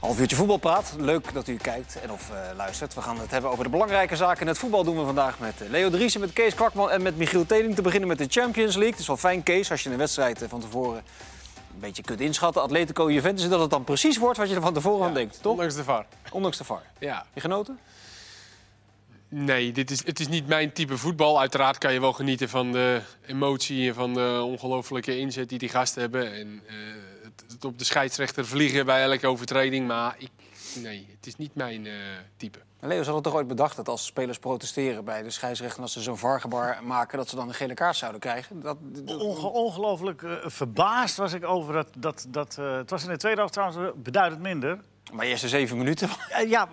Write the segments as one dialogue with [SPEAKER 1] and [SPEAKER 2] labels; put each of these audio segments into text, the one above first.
[SPEAKER 1] Half uurtje voetbalpraat. Leuk dat u kijkt en of eh, luistert. We gaan het hebben over de belangrijke zaken in het voetbal. Doen we vandaag met eh, Leo Driessen, met Kees Kwakman en met Michiel Teling. Te beginnen met de Champions League. Het is wel fijn, Kees, als je een wedstrijd eh, van tevoren een beetje kunt inschatten. Atletico Juventus, dat het dan precies wordt wat je er van tevoren aan denkt, toch?
[SPEAKER 2] Ondanks de VAR.
[SPEAKER 1] Ondanks de VAR.
[SPEAKER 2] Ja.
[SPEAKER 1] Je genoten?
[SPEAKER 2] Nee, dit is, het is niet mijn type voetbal. Uiteraard kan je wel genieten van de emotie en van de ongelofelijke inzet die die gasten hebben. En eh, het, het op de scheidsrechter vliegen bij elke overtreding. Maar ik, nee, het is niet mijn eh, type.
[SPEAKER 1] En Nou, Leo, ze hadden toch ooit bedacht dat als spelers protesteren bij de scheidsrechter... als ze zo'n vargebar maken, dat ze dan een gele kaart zouden krijgen? Dat, dat-
[SPEAKER 3] Onge- ongelooflijk eh, verbaasd was ik over dat. dat, dat eh, het was in de tweede helft trouwens eh, beduidend minder.
[SPEAKER 1] Maar eerst de zeven minuten.
[SPEAKER 3] Eh, ja,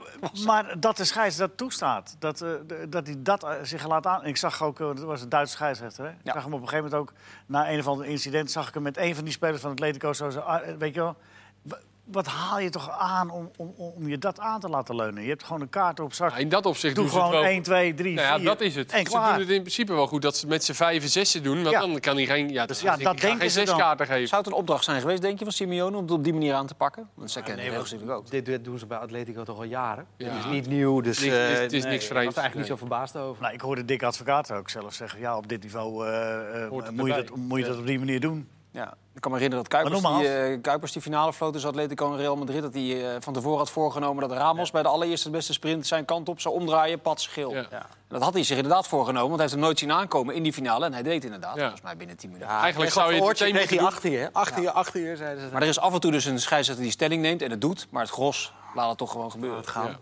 [SPEAKER 3] maar dat de scheids dat toestaat. Dat, eh, de- dat hij dat eh, zich laat aan. Ik zag ook, eh, dat was een Duitse scheidsrechter. Hè? Ik zag hem op een gegeven moment ook, na een of ander incident, zag ik hem met een van die spelers van het Atletico zo. zo ah, eh, weet je wel, wa- wat haal je toch aan om, om, om je dat aan te laten leunen? Je hebt gewoon een kaart op zak.
[SPEAKER 2] Nou, in dat opzicht
[SPEAKER 3] Doe
[SPEAKER 2] doen ze het
[SPEAKER 3] gewoon
[SPEAKER 2] wel.
[SPEAKER 3] 1, 2, 3,
[SPEAKER 2] Nou ja,
[SPEAKER 3] 4.
[SPEAKER 2] dat is het.
[SPEAKER 3] En
[SPEAKER 2] Ze doen
[SPEAKER 3] klaar.
[SPEAKER 2] het in principe wel goed dat ze het met z'n vijf en zessen doen. Want
[SPEAKER 3] Ja.
[SPEAKER 2] dan kan hij geen, ja, dus
[SPEAKER 3] ja, dat denken
[SPEAKER 2] geen
[SPEAKER 3] ze
[SPEAKER 2] zes
[SPEAKER 3] dan.
[SPEAKER 2] kaarten geven.
[SPEAKER 1] Zou het een opdracht zijn geweest, denk je, van Simeone... om het op die manier aan te pakken? Want zij kennen Ah, het heel natuurlijk ook.
[SPEAKER 4] Dit dit doen ze bij Atletico toch al jaren.
[SPEAKER 2] Ja.
[SPEAKER 4] Het is niet nieuw, dus
[SPEAKER 2] Niks-
[SPEAKER 4] eh,
[SPEAKER 2] het is- het is
[SPEAKER 4] nee,
[SPEAKER 2] niks
[SPEAKER 4] Ik was
[SPEAKER 2] vreemds,
[SPEAKER 4] er eigenlijk
[SPEAKER 2] nee.
[SPEAKER 4] niet zo verbaasd over.
[SPEAKER 3] Nou, ik hoorde Dick Advocaat ook zelf zeggen... ja, op dit niveau eh, eh,
[SPEAKER 2] Hoort het
[SPEAKER 3] moet, je
[SPEAKER 2] erbij.
[SPEAKER 3] dat, moet je dat op die manier doen.
[SPEAKER 1] Ja, ik kan me herinneren dat Kuipers,
[SPEAKER 3] Maar
[SPEAKER 1] die,
[SPEAKER 3] nogmaals-
[SPEAKER 1] eh, Kuipers die finale floot tussen Atletico en Real Madrid... dat hij eh, van tevoren had voorgenomen dat Ramos bij de allereerste beste sprint... zijn kant op zou omdraaien, pad schil.
[SPEAKER 2] Ja.
[SPEAKER 1] En Dat had hij zich inderdaad voorgenomen, want hij heeft hem nooit zien aankomen in die finale. En hij deed inderdaad,
[SPEAKER 2] Ja.
[SPEAKER 1] volgens mij binnen 10 minuten.
[SPEAKER 2] Eigenlijk zou je het meteen moeten doen.
[SPEAKER 4] achter je. Achter je, achter je, zeiden ze.
[SPEAKER 1] Maar er is af en toe dus een scheidsrechter die stelling neemt en het doet. Maar het gros laat het toch gewoon gebeuren.
[SPEAKER 4] gaan.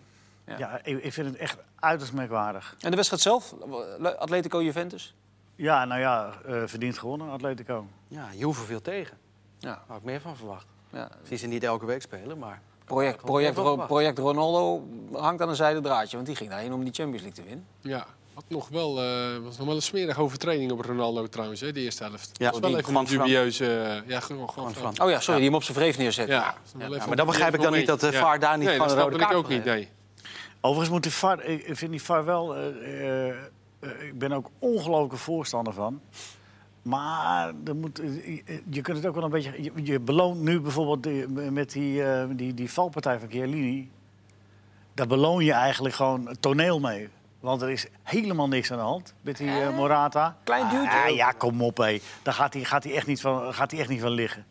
[SPEAKER 3] Ja, ik, ik vind het echt uiterst merkwaardig.
[SPEAKER 1] En de wedstrijd zelf, Atletico-Juventus?
[SPEAKER 3] Ja, nou ja, eh, verdiend gewonnen, Atletico.
[SPEAKER 4] Ja, heel veel tegen.
[SPEAKER 1] Ja.
[SPEAKER 4] Had ik meer van verwacht.
[SPEAKER 1] ja.
[SPEAKER 4] Zie ze niet elke week spelen, maar...
[SPEAKER 1] Project, project,
[SPEAKER 4] wel
[SPEAKER 1] Ro-
[SPEAKER 4] verwacht.
[SPEAKER 1] project Ronaldo hangt aan een zijde draadje, want die ging daarheen om die Champions League te winnen.
[SPEAKER 2] Ja, had nog wel, eh, was nog wel een smerige overtreding op Ronaldo trouwens, hè, de eerste helft.
[SPEAKER 4] Ja,
[SPEAKER 2] Ja, was wel
[SPEAKER 4] die
[SPEAKER 2] even een
[SPEAKER 4] Juan Fran.
[SPEAKER 2] dubieuze... eh, ja, gewoon, gewoon
[SPEAKER 4] Van.
[SPEAKER 1] Oh ja, sorry, die hem op zijn vreef
[SPEAKER 2] Ja,
[SPEAKER 1] neerzetten.
[SPEAKER 2] dat is wel even
[SPEAKER 4] maar
[SPEAKER 2] een
[SPEAKER 4] dan begrijp ik dan niet dat de
[SPEAKER 2] momentje.
[SPEAKER 4] VAR daar niet
[SPEAKER 2] nee,
[SPEAKER 4] gewoon
[SPEAKER 2] dat
[SPEAKER 4] een rode
[SPEAKER 2] snap
[SPEAKER 4] kaart
[SPEAKER 2] ik ook
[SPEAKER 4] voor
[SPEAKER 2] niet, nee.
[SPEAKER 3] Overigens moet de VAR, ik ik vind die VAR wel... eh, eh, eh, ik ben ook ongelooflijke voorstander van. Maar er moet, eh, eh, je kunt het ook wel een beetje... Je, je beloont nu bijvoorbeeld die- met die, eh, die, die valpartij van Chiellini... daar beloon je eigenlijk gewoon toneel mee. Want er is helemaal niks aan de hand met die eh, Morata.
[SPEAKER 1] Klein duwtje.
[SPEAKER 3] Ah, ja, kom op, hé. Daar gaat hij, gaat, hij echt niet van, gaat hij echt niet van liggen.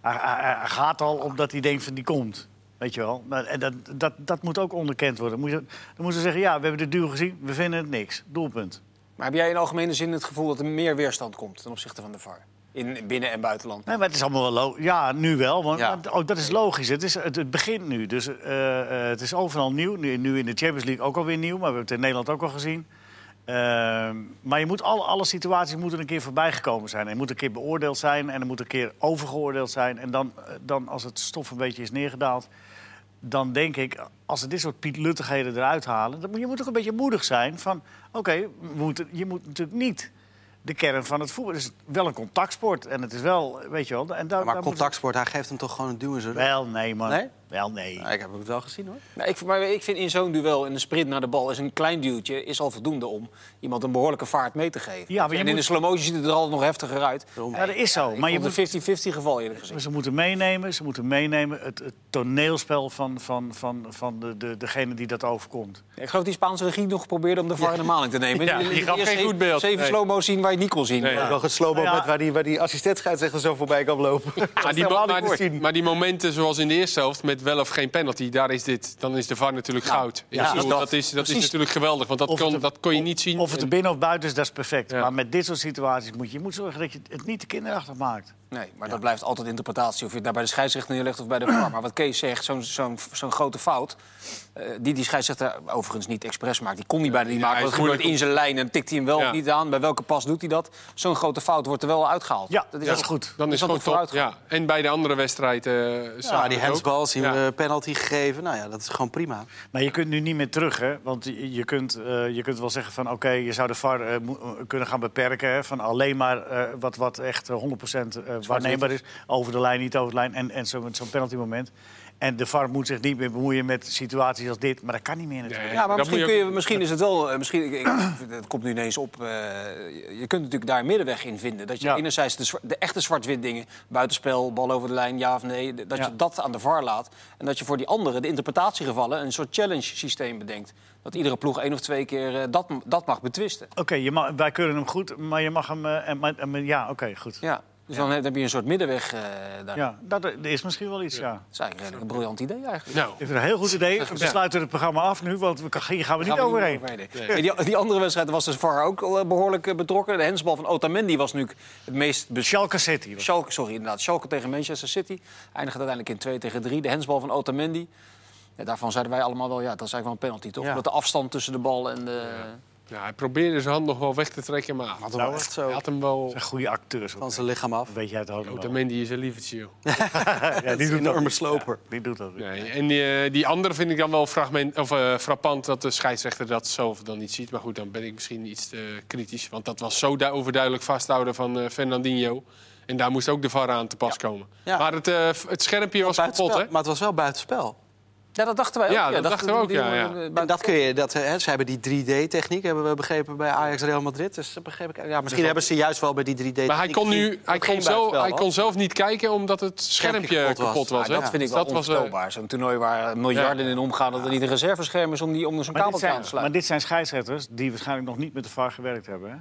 [SPEAKER 3] Hij, hij- hij gaat al omdat hij denkt van die komt. Weet je wel? Maar- En dat, dat, dat moet ook onderkend worden. Moet je, dan moeten ze zeggen, ja, we hebben de duw gezien. We vinden het niks. Doelpunt.
[SPEAKER 1] Maar heb jij in algemene zin het gevoel dat er meer weerstand komt ten opzichte van de VAR? In binnen- en buitenland.
[SPEAKER 3] Nee, maar het is allemaal wel logisch. Ja, nu wel. Want,
[SPEAKER 4] Ja.
[SPEAKER 3] want ook dat is logisch. Het, is, het, het begint nu. Dus eh, eh, het is overal nieuw. Nu, nu in de Champions League ook alweer nieuw. Maar we hebben het in Nederland ook al gezien. Ehm, maar je moet alle, alle situaties moeten een keer voorbijgekomen zijn. Er moet een keer beoordeeld zijn en er moet een keer overgeoordeeld zijn. En dan, eh, dan als het stof een beetje is neergedaald, dan denk ik, als ze dit soort pietluttigheden eruit halen, dan moet je moet ook een beetje moedig zijn van, oké, we moeten- je moet natuurlijk niet de kern van het voetbal. Het is wel een contactsport en het is wel, weet je wel, en daar,
[SPEAKER 4] Maar
[SPEAKER 3] daar
[SPEAKER 4] contactsport, hij geeft hem toch gewoon een duw in zijn
[SPEAKER 3] moet-
[SPEAKER 4] rug?
[SPEAKER 3] wel nee man,
[SPEAKER 4] Nee?
[SPEAKER 3] wel nee.
[SPEAKER 4] Nou, Ik heb het wel gezien, hoor.
[SPEAKER 1] Nou, ik, maar ik vind in zo'n duel, in een sprint naar de bal, is een klein duwtje is al voldoende om iemand een behoorlijke vaart mee te geven.
[SPEAKER 3] Ja, maar je
[SPEAKER 1] en in
[SPEAKER 3] moet-
[SPEAKER 1] de slow motion ziet het er altijd nog heftiger uit.
[SPEAKER 3] Ja, dat is zo.
[SPEAKER 1] Ik
[SPEAKER 3] maar je
[SPEAKER 1] vond
[SPEAKER 3] moet
[SPEAKER 1] het een 50-50 geval eerlijk gezegd.
[SPEAKER 3] Maar Ze moeten meenemen, ze moeten meenemen het, het toneelspel van, van, van, van de, de, degene die dat overkomt.
[SPEAKER 1] Ik geloof die Spaanse regie nog probeerde om de VAR in de maling te nemen.
[SPEAKER 2] Ja,
[SPEAKER 1] Die
[SPEAKER 2] die
[SPEAKER 1] liet
[SPEAKER 2] gaf
[SPEAKER 1] eerst
[SPEAKER 2] geen
[SPEAKER 1] zeven-
[SPEAKER 2] goed beeld.
[SPEAKER 1] Zeven
[SPEAKER 2] Nee.
[SPEAKER 1] slow-mo's zien waar je het niet kon zien.
[SPEAKER 2] Nee. Ja.
[SPEAKER 4] Nog het slow
[SPEAKER 3] Nou ja.
[SPEAKER 4] moment waar die, waar die assistent-scheidsrechter zo voorbij kan lopen.
[SPEAKER 2] Maar die,
[SPEAKER 4] helemaal
[SPEAKER 2] maar,
[SPEAKER 4] niet
[SPEAKER 2] die,
[SPEAKER 4] voorzien.
[SPEAKER 2] maar die momenten zoals in de eerste helft met wel of geen penalty, daar is dit, dan is de VAR natuurlijk
[SPEAKER 4] Nou,
[SPEAKER 2] goud. Ik
[SPEAKER 1] precies
[SPEAKER 2] bedoel,
[SPEAKER 1] dat.
[SPEAKER 2] dat is, dat is
[SPEAKER 1] Precies.
[SPEAKER 2] natuurlijk geweldig, want dat
[SPEAKER 3] Of het
[SPEAKER 2] kon,
[SPEAKER 3] er-
[SPEAKER 2] dat kon je niet zien.
[SPEAKER 3] Of het er
[SPEAKER 2] En-
[SPEAKER 3] binnen of buiten is, dat is perfect.
[SPEAKER 2] Ja.
[SPEAKER 3] Maar met dit soort situaties moet je, je moet zorgen dat je het niet te kinderachtig maakt.
[SPEAKER 1] Nee, maar dat blijft altijd interpretatie. Of je het daar bij de scheidsrechter neerlegt of bij de VAR. Maar wat Kees zegt, zo'n zo'n zo'n grote fout... eh, die die scheidsrechter overigens niet expres maakt. Die kon niet bij de die
[SPEAKER 2] Ja,
[SPEAKER 1] maken.
[SPEAKER 2] hij
[SPEAKER 1] Dat
[SPEAKER 2] is
[SPEAKER 1] gebeurt
[SPEAKER 2] moeilijk
[SPEAKER 1] in zijn lijn en tikt hij hem wel
[SPEAKER 2] Ja.
[SPEAKER 1] of niet aan. Bij welke pas doet hij dat? Zo'n grote fout wordt er wel uitgehaald.
[SPEAKER 3] Ja, dat is
[SPEAKER 1] ook-
[SPEAKER 3] goed.
[SPEAKER 2] dan is
[SPEAKER 1] dat
[SPEAKER 2] het
[SPEAKER 1] ook
[SPEAKER 2] gewoon top.
[SPEAKER 1] vooruitgang.
[SPEAKER 2] Ja. En bij de andere wedstrijd. eh
[SPEAKER 4] Ja, die handsbal,
[SPEAKER 2] handsbals
[SPEAKER 4] zien we penalty gegeven. Nou ja, dat is gewoon prima.
[SPEAKER 3] Maar je kunt nu niet meer terug, hè? Want je, je kunt, eh, je kunt wel zeggen van... oké, je zou de VAR eh, mo- eh, kunnen gaan beperken... Hè? van alleen maar eh, wat, wat echt eh, 100% eh, waarneembaar is. Over de lijn, niet over de lijn en, en zo- zo'n penaltymoment. En de VAR moet zich niet meer bemoeien met situaties als dit. Maar dat kan niet meer natuurlijk.
[SPEAKER 2] Nee,
[SPEAKER 1] Ja, maar
[SPEAKER 2] dat
[SPEAKER 1] misschien,
[SPEAKER 2] moet
[SPEAKER 1] kun
[SPEAKER 2] je
[SPEAKER 1] je, misschien is het wel... eh, Misschien, ik, ik- het komt nu ineens op. eh, je je kunt natuurlijk daar een middenweg in vinden. Dat je
[SPEAKER 3] Ja.
[SPEAKER 1] enerzijds de, zwa- de echte zwart-wit dingen... buitenspel, bal over de lijn, ja of nee... d- dat
[SPEAKER 3] Ja.
[SPEAKER 1] je dat aan de VAR laat. En dat je voor die andere, de interpretatiegevallen... een soort challenge-systeem bedenkt. Dat iedere ploeg één of twee keer eh, dat, dat mag betwisten.
[SPEAKER 3] Oké, je mag- wij keuren hem goed, maar je mag hem... eh, en- maar- en- maar- ja, oké, goed. Ja.
[SPEAKER 1] Ja. Dus dan heb heb je een soort middenweg eh, daar.
[SPEAKER 3] dat dat is misschien wel iets, ja.
[SPEAKER 1] Dat is eigenlijk redelijk een briljant idee eigenlijk.
[SPEAKER 2] Nou,
[SPEAKER 3] Ik vind het een heel goed idee. We sluiten het programma af nu, want we, hier gaan we niet
[SPEAKER 1] Gaan we
[SPEAKER 3] overheen.
[SPEAKER 1] niet overheen. Nee. Die, die andere wedstrijd was de VAR ook al eh, behoorlijk eh, betrokken. De hensbal van Otamendi was nu het meest bes-
[SPEAKER 3] Schalke City.
[SPEAKER 1] Schalke, sorry, inderdaad. Schalke tegen Manchester City. Eindigt uiteindelijk in 2 tegen 3. De hensbal van Otamendi. Ja, daarvan zeiden wij allemaal wel, ja, dat is eigenlijk wel een penalty, toch?
[SPEAKER 4] Ja.
[SPEAKER 1] Omdat de afstand tussen de bal en de...
[SPEAKER 2] ja, hij probeerde zijn hand nog wel weg te trekken, maar had hem,
[SPEAKER 4] Nou, echt zo.
[SPEAKER 2] hij had hem wel...
[SPEAKER 3] Een goede acteurs.
[SPEAKER 4] Van
[SPEAKER 3] ook.
[SPEAKER 4] zijn lichaam af.
[SPEAKER 3] Weet jij het ook nog wel.
[SPEAKER 2] Otamendi is een lievertje, joh.
[SPEAKER 3] Ja,
[SPEAKER 4] is
[SPEAKER 3] die
[SPEAKER 4] een
[SPEAKER 3] doet dat
[SPEAKER 4] enorme
[SPEAKER 3] niet.
[SPEAKER 4] sloper.
[SPEAKER 3] Ja, die doet dat niet.
[SPEAKER 2] Nee, en die, eh, die andere vind ik dan wel fragment, of, eh, frappant dat de scheidsrechter dat zelf dan niet ziet. Maar goed, dan ben ik misschien iets te kritisch. Want dat was zo du- overduidelijk vasthouden van eh, Fernandinho. En daar moest ook de VAR aan te pas komen.
[SPEAKER 4] Ja.
[SPEAKER 2] Maar het, eh, f- het schermpje was kapot,
[SPEAKER 4] Buitenspel,
[SPEAKER 2] hè?
[SPEAKER 4] maar het was wel buitenspel.
[SPEAKER 1] Ja, dat dachten wij ook.
[SPEAKER 2] Ja, dat dachten we ook,
[SPEAKER 1] die- eh,
[SPEAKER 2] ja,
[SPEAKER 1] die-
[SPEAKER 2] ja.
[SPEAKER 1] die-
[SPEAKER 4] En dat kun je, dat, hè, ze hebben die 3D-techniek, hebben we begrepen bij Ajax Real Madrid. Dus dat begreep ik, ja, misschien hebben ze juist wel bij die 3D-techniek...
[SPEAKER 2] Maar hij kon, nu, hij, kon zelf, hij kon zelf niet kijken omdat het schermpje
[SPEAKER 4] kapot
[SPEAKER 2] kapot
[SPEAKER 4] was.
[SPEAKER 2] was.
[SPEAKER 1] Maar
[SPEAKER 2] hè?
[SPEAKER 1] Ah, dat vind ik
[SPEAKER 2] Dus
[SPEAKER 1] wel
[SPEAKER 2] was, eh,
[SPEAKER 1] onvoorstelbaar. Zo'n toernooi waar eh, miljarden in omgaan... dat er niet een reservescherm is om, die- om zo'n
[SPEAKER 3] Maar dit,
[SPEAKER 1] kabeltje aan
[SPEAKER 3] zijn,
[SPEAKER 1] te
[SPEAKER 3] maar
[SPEAKER 1] sluiten.
[SPEAKER 3] dit zijn scheidsrechters die waarschijnlijk nog niet met de VAR gewerkt hebben. Hè?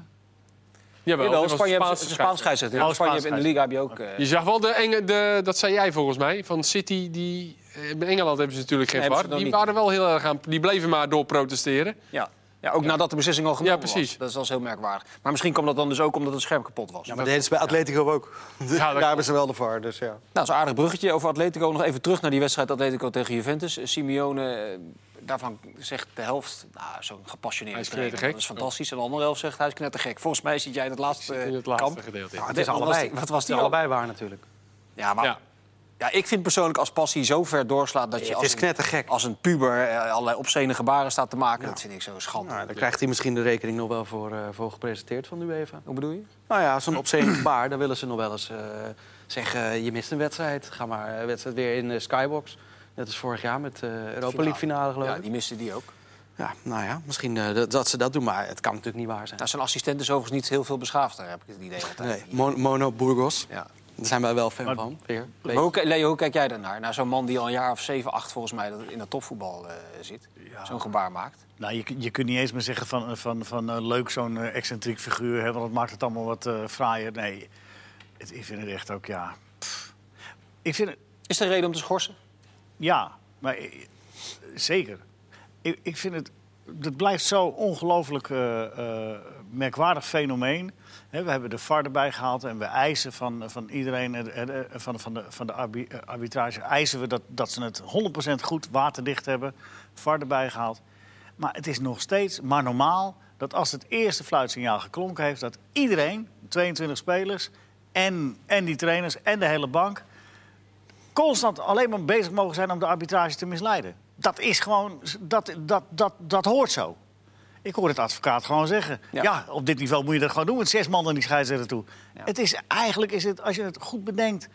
[SPEAKER 2] jawel,
[SPEAKER 1] Jawel,
[SPEAKER 2] dat was
[SPEAKER 1] Spanje
[SPEAKER 2] de
[SPEAKER 1] heeft
[SPEAKER 2] Spaanse
[SPEAKER 1] een Spaans scheidsrechter.
[SPEAKER 2] scheidsrechter.
[SPEAKER 1] In
[SPEAKER 3] Oh,
[SPEAKER 1] Spanje
[SPEAKER 3] Spaans
[SPEAKER 1] heb- in de liga heb je ook... eh,
[SPEAKER 2] Je zag wel de enge, de, dat zei jij volgens mij, van City, die, eh, in Engeland hebben ze natuurlijk geen
[SPEAKER 1] Nee, hebben
[SPEAKER 2] VAR.
[SPEAKER 1] ze nog
[SPEAKER 2] Die
[SPEAKER 1] niet.
[SPEAKER 2] waren wel heel erg aan, die bleven maar door protesteren.
[SPEAKER 1] eh, Ja. Ja, ook nadat de beslissing al genomen
[SPEAKER 2] Ja, precies.
[SPEAKER 1] was. Dat is- Dat is heel merkwaardig. Maar misschien kwam dat dan dus ook omdat het scherm kapot was.
[SPEAKER 4] Ja, maar dat deden ze bij Atletico ook. Daar hebben ze wel de VAR, dus ja.
[SPEAKER 1] Nou, zo'n aardig bruggetje over Atletico. Nog even terug naar die wedstrijd Atletico tegen Juventus. Eh, Simeone, eh, daarvan zegt de helft, nou, zo'n
[SPEAKER 2] Hij
[SPEAKER 1] gepassioneerd
[SPEAKER 2] is
[SPEAKER 1] Dat
[SPEAKER 2] knettergek.
[SPEAKER 1] is fantastisch. En de andere helft zegt, hij is knettergek. Volgens mij zit jij in het laatste,
[SPEAKER 2] In het
[SPEAKER 1] eh,
[SPEAKER 2] laatste
[SPEAKER 1] kamp.
[SPEAKER 2] gedeelte.
[SPEAKER 1] Nou,
[SPEAKER 4] Ah, Het is
[SPEAKER 1] wat was
[SPEAKER 4] allebei.
[SPEAKER 1] die- Wat was die allebei?
[SPEAKER 4] allebei waar natuurlijk.
[SPEAKER 1] Ja, maar
[SPEAKER 2] Ja.
[SPEAKER 1] ja, ik vind persoonlijk als passie zo ver doorslaat... dat je
[SPEAKER 4] Het
[SPEAKER 1] als
[SPEAKER 4] is
[SPEAKER 1] een,
[SPEAKER 4] knettergek. Nou,
[SPEAKER 1] als een puber eh, allerlei obscene gebaren staat te maken... dat vind ik zo schandalig.
[SPEAKER 4] Nou, daar krijgt hij misschien de rekening nog wel voor, eh, voor gepresenteerd van de UEFA.
[SPEAKER 1] Hoe bedoel je?
[SPEAKER 4] Nou ja, zo'n opzettend gebaar, daar willen ze nog wel eens eh, zeggen... eh, je mist een wedstrijd, ga maar eh, wedstrijd weer in eh, Skybox. Net als vorig jaar met eh Europa League finale, geloof
[SPEAKER 1] Ja,
[SPEAKER 4] ik.
[SPEAKER 1] die miste die ook.
[SPEAKER 4] Ja, nou ja, misschien eh, dat, dat ze dat doen, maar het kan natuurlijk niet waar zijn.
[SPEAKER 1] Nou, zijn assistent is overigens niet heel veel beschaafder, heb ik het idee altijd.
[SPEAKER 4] Nee, Mon- Mono Burgos,
[SPEAKER 1] Ja.
[SPEAKER 4] daar zijn wij wel fan
[SPEAKER 3] Maar-
[SPEAKER 4] van. Weer.
[SPEAKER 1] Maar hoe, k- Leo, hoe kijk jij daarnaar? Naar zo'n man die al een jaar of 7, 8 volgens mij dat- in dat topvoetbal eh, zit. Zo'n gebaar maakt.
[SPEAKER 3] Nou, je, je kunt niet eens meer zeggen van, van, van eh, leuk zo'n eh, excentriek figuur, hè, want dat maakt het allemaal wat eh fraaier. Nee, het, ik vind het echt ook, ja. pff. Ik vind het,
[SPEAKER 1] Is er reden om te schorsen?
[SPEAKER 3] ja, maar eh, zeker. Ik, ik vind het, dat blijft zo'n ongelooflijk eh, eh, merkwaardig fenomeen. Hè, we hebben de VAR erbij gehaald en we eisen van, van iedereen, eh, eh, eh, van, van, de, van de arbi- eh, arbitrage, eisen we dat, dat ze het 100% goed waterdicht hebben. VAR erbij gehaald. Maar het is nog steeds maar normaal dat als het eerste fluitsignaal geklonken heeft, dat iedereen, 22 spelers en, en die trainers en de hele bank, constant alleen maar bezig mogen zijn om de arbitrage te misleiden. Dat is gewoon, dat, dat, dat, dat hoort zo. Ik hoor het advocaat gewoon zeggen.
[SPEAKER 1] Ja.
[SPEAKER 3] Ja. op dit niveau moet je dat gewoon doen. Met zes man naar die scheidsrechter toe. Het is, eigenlijk is het, als je het goed bedenkt...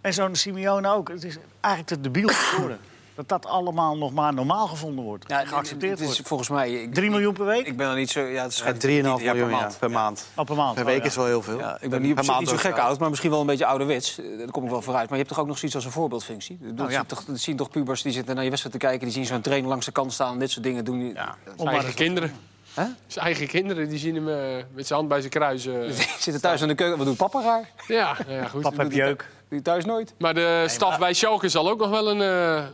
[SPEAKER 3] en zo'n Simeone ook, het is eigenlijk te debiel geworden. dat dat allemaal nog maar normaal gevonden wordt. en geaccepteerd
[SPEAKER 1] het is
[SPEAKER 3] wordt.
[SPEAKER 1] volgens mij... Ik,
[SPEAKER 3] 3 miljoen per week?
[SPEAKER 1] Ik ben er niet zo... Ja, het
[SPEAKER 4] Ja,
[SPEAKER 1] schijnt
[SPEAKER 4] 3,5
[SPEAKER 1] niet- ja, per
[SPEAKER 4] miljoen ja,
[SPEAKER 1] maand.
[SPEAKER 4] per maand.
[SPEAKER 3] Oh, per maand.
[SPEAKER 4] Per
[SPEAKER 3] Oh,
[SPEAKER 4] week
[SPEAKER 3] ja.
[SPEAKER 4] is wel heel veel.
[SPEAKER 1] Ja, ik ben niet, op zich niet zo
[SPEAKER 4] ook
[SPEAKER 1] gek
[SPEAKER 4] wel.
[SPEAKER 1] oud, maar misschien wel een beetje ouderwets. Eh, Daar kom ik wel vooruit. Maar je hebt toch ook nog zoiets als een voorbeeldfunctie? Ik bedoel,
[SPEAKER 3] Nou, ja.
[SPEAKER 1] dat, zien toch, dat zien toch pubers die zitten naar je wedstrijd te kijken... die zien zo'n trainer langs de kant staan en dit soort dingen doen. Ja.
[SPEAKER 3] Om
[SPEAKER 2] Zijn
[SPEAKER 3] maar
[SPEAKER 2] eigen
[SPEAKER 3] eens-
[SPEAKER 2] kinderen.
[SPEAKER 1] Hè?
[SPEAKER 2] Zijn eigen kinderen, die zien hem eh, met zijn hand bij zijn kruis. eh.
[SPEAKER 1] zitten thuis aan de keuken. Wat doet papa raar?
[SPEAKER 2] ja, nou ja, goed.
[SPEAKER 3] Pap heb jeuk.
[SPEAKER 1] Doe je thuis nooit?
[SPEAKER 2] Maar de staf bij Schalke zal ook nog wel een... eh,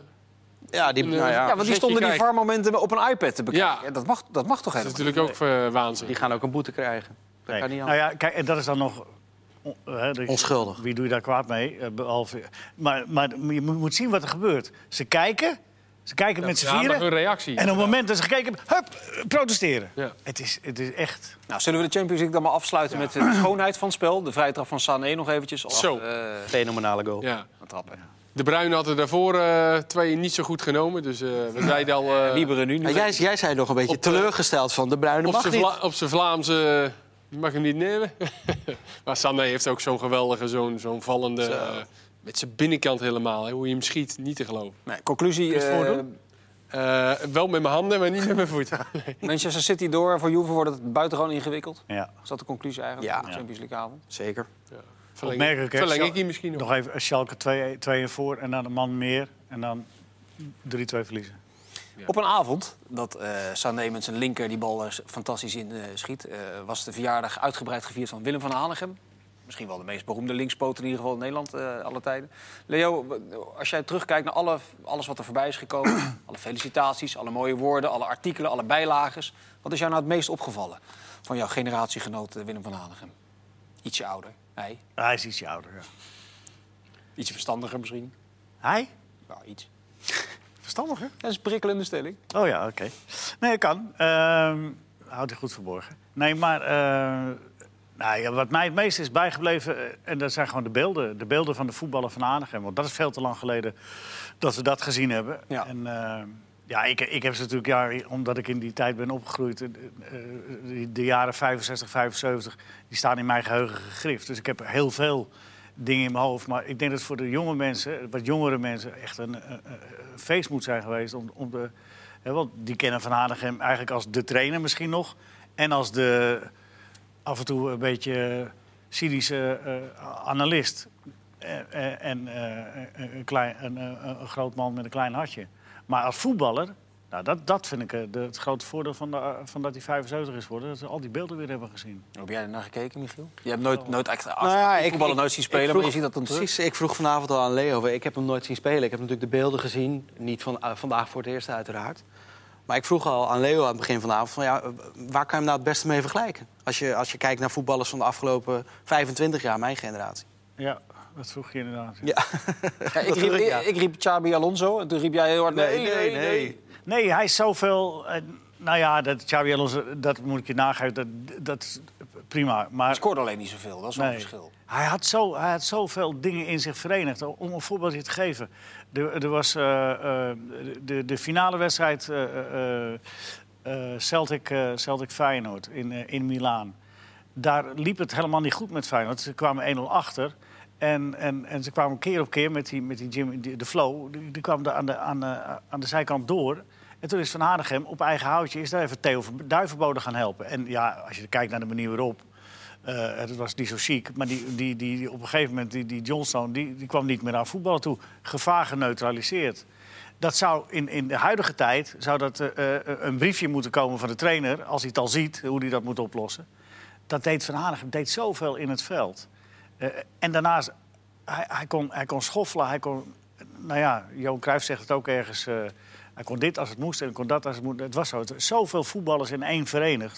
[SPEAKER 4] Ja, die, nou
[SPEAKER 1] Ja,
[SPEAKER 4] ja,
[SPEAKER 1] want die
[SPEAKER 2] verzetje
[SPEAKER 1] stonden die
[SPEAKER 2] krijgen.
[SPEAKER 1] VAR-momenten op een iPad te bekijken.
[SPEAKER 2] Ja.
[SPEAKER 1] Ja, dat, mag, dat mag toch
[SPEAKER 2] dat is
[SPEAKER 1] helemaal niet?
[SPEAKER 2] natuurlijk ook eh, waanzin.
[SPEAKER 4] die gaan ook een boete krijgen. Dat
[SPEAKER 3] Nee.
[SPEAKER 4] kan niet
[SPEAKER 3] Nou ja, kijk, en dat is dan nog... on- hè, dat-
[SPEAKER 4] Onschuldig.
[SPEAKER 3] Wie doe je daar kwaad mee? eh, Behalve, maar, maar je moet- moet zien wat er gebeurt. Ze kijken, ze kijken met z'n
[SPEAKER 2] Ja, maar hun
[SPEAKER 3] vieren...
[SPEAKER 2] reactie.
[SPEAKER 3] en op het moment dat ze gekeken hebben, hup, eh, protesteren.
[SPEAKER 2] Ja.
[SPEAKER 3] Het, is, het is echt...
[SPEAKER 1] Nou, zullen we de Champions League dan maar afsluiten met de schoonheid van het spel? De vrijtrap van Sané nog eventjes. Of,
[SPEAKER 2] Zo.
[SPEAKER 1] eh,
[SPEAKER 4] Fenomenale goal.
[SPEAKER 2] Ja.
[SPEAKER 1] trappen.
[SPEAKER 2] De Bruin had er daarvoor eh, twee niet zo goed genomen. Dus eh, we zeiden al... eh,
[SPEAKER 1] Lieberen nu. nu
[SPEAKER 4] Maar jij, jij zei nog een beetje
[SPEAKER 2] Op, eh,
[SPEAKER 4] teleurgesteld van de Bruine
[SPEAKER 2] op
[SPEAKER 4] mag
[SPEAKER 2] zijn
[SPEAKER 4] niet.
[SPEAKER 2] Vla- op zijn Vlaamse... eh, die mag hem niet nemen. maar Sané heeft ook zo'n geweldige, zo'n zo'n vallende... eh, Met zijn binnenkant helemaal, hè, hoe je hem schiet, niet te geloven.
[SPEAKER 1] Nee, conclusie,
[SPEAKER 2] Kun je het
[SPEAKER 1] eh,
[SPEAKER 2] voordoen? Eh, wel met mijn handen, maar niet met mijn voeten.
[SPEAKER 1] Manchester City door. Voor Juve wordt het buitengewoon ingewikkeld.
[SPEAKER 3] Ja.
[SPEAKER 1] Is dat de conclusie eigenlijk
[SPEAKER 4] Ja.
[SPEAKER 1] van de Champions League avond?
[SPEAKER 4] Zeker.
[SPEAKER 2] Verleng,
[SPEAKER 3] Opmerkelijk, hè?
[SPEAKER 2] verleng
[SPEAKER 3] Zo-
[SPEAKER 2] ik die misschien nog.
[SPEAKER 3] Nog even eh, Schalke 2-1 2-1 voor en dan een man meer. En dan 3-2 verliezen.
[SPEAKER 2] Ja.
[SPEAKER 1] Op een avond dat eh Sané met zijn linker die bal er fantastisch in eh, schiet... eh, was de verjaardag uitgebreid gevierd van Willem van Hanegem. Misschien wel de meest beroemde linkspoot in ieder geval in Nederland eh alle tijden. Leo, w- als jij terugkijkt naar alle, alles wat er voorbij is gekomen... alle felicitaties, alle mooie woorden, alle artikelen, alle bijlages... wat is jou nou het meest opgevallen van jouw generatiegenoot eh, Willem van Hanegem? Ietsje ouder, hij.
[SPEAKER 3] Hij is ietsje ouder. ja.
[SPEAKER 1] Ietsje verstandiger misschien.
[SPEAKER 3] Hij?
[SPEAKER 1] Nou, iets.
[SPEAKER 3] Verstandig, hè?
[SPEAKER 1] Dat is een prikkelende stelling.
[SPEAKER 3] Oh ja, oké. Nee, dat kan. Ehm houdt hij goed verborgen. Nee, maar eh, nou ja, wat mij het meest is bijgebleven... eh, en dat zijn gewoon de beelden. De beelden van de voetballen van Aanigem. Want dat is veel te lang geleden dat we dat gezien hebben.
[SPEAKER 1] Ja.
[SPEAKER 3] En, eh, ja, ik, ik heb ze natuurlijk, ja, omdat ik in die tijd ben opgegroeid... eh, eh, die- de jaren 65, 75, die staan in mijn geheugen gegrift. Dus ik heb heel veel dingen in mijn hoofd. Maar ik denk dat voor de jonge mensen, wat jongere mensen... echt een, eh, eh, een feest moet zijn geweest om, om de... Hè, want die kennen Van Hanegem eigenlijk als de trainer misschien nog. En als de af en toe een beetje cynische eh, analist. Eh, eh, en eh, een, klein, een, eh, een groot man met een klein hartje. Maar als voetballer, nou, dat, dat vind ik eh, de- het grote voordeel van, de, eh, van dat hij 75 is geworden. Dat we al die beelden weer hebben gezien.
[SPEAKER 1] Hoe heb jij ernaar gekeken, Michiel? Je hebt nooit, nooit echt
[SPEAKER 4] Nou ja,
[SPEAKER 1] ik,
[SPEAKER 4] ik-
[SPEAKER 1] voetballen nooit zien
[SPEAKER 4] ik
[SPEAKER 1] spelen, maar
[SPEAKER 4] vroeg-
[SPEAKER 1] je ziet dat dan terug.
[SPEAKER 4] Precies, ik vroeg vanavond al aan Leo. Ik heb hem nooit zien spelen. Ik heb natuurlijk de beelden gezien. Niet van, eh, vandaag voor het eerst uiteraard. Maar ik vroeg al aan Leo aan het begin van de avond... Van, ja, eh, waar kan je hem nou het beste mee vergelijken? Als je, als je kijkt naar voetballers van de afgelopen 25 jaar, mijn generatie.
[SPEAKER 3] Ja, dat vroeg je inderdaad.
[SPEAKER 4] Ja,
[SPEAKER 1] Ja, ik,
[SPEAKER 4] Dat
[SPEAKER 1] riep,
[SPEAKER 4] druk, ja.
[SPEAKER 1] ik, ik riep Xabi Alonso en toen riep jij heel hard... Nee, nee, nee.
[SPEAKER 3] Nee, hij is zoveel... eh, nou ja, dat, Xabi Alonso, dat moet ik je nageven. Dat, dat is prima.
[SPEAKER 1] Hij
[SPEAKER 3] Maar
[SPEAKER 1] scoorde alleen niet zoveel, dat is wel een
[SPEAKER 3] Nee.
[SPEAKER 1] verschil.
[SPEAKER 3] Hij had, zo, hij had zoveel dingen in zich verenigd. Om een voorbeeldje te geven. Er, er was eh, eh, de, de finale wedstrijd eh, eh, eh, Celtic, eh, Celtic Feyenoord in, eh, in Milaan. Daar liep het helemaal niet goed met Feyenoord. Ze kwamen 1-0 achter. En, en, en ze kwamen keer op keer met die, met die Jim, die- de flow. Die, die kwam daar aan de, aan, de, aan de zijkant door. En toen is Van Hanegem op eigen houtje... is daar even Theo van Duivenbode gaan helpen. En ja, als je kijkt naar de manier waarop... Eh, het was niet zo chic, maar die, die, die, die- op een gegeven moment, die, die Johnstone, die, die kwam niet meer aan voetballen toe. Gevaar geneutraliseerd. Dat zou in, in de huidige tijd zou dat, eh, eh, een briefje moeten komen van de trainer, als hij het al ziet, hoe hij dat moet oplossen. Dat deed Van Hanegem, deed zoveel in het veld. Eh, en daarnaast, hij, hij, kon, hij kon schoffelen, hij kon... Nou ja, Johan Cruijff zegt het ook ergens. eh, hij kon dit als het moest en hij kon dat als het moest. Het was zo, het, zoveel voetballers in één verenigd.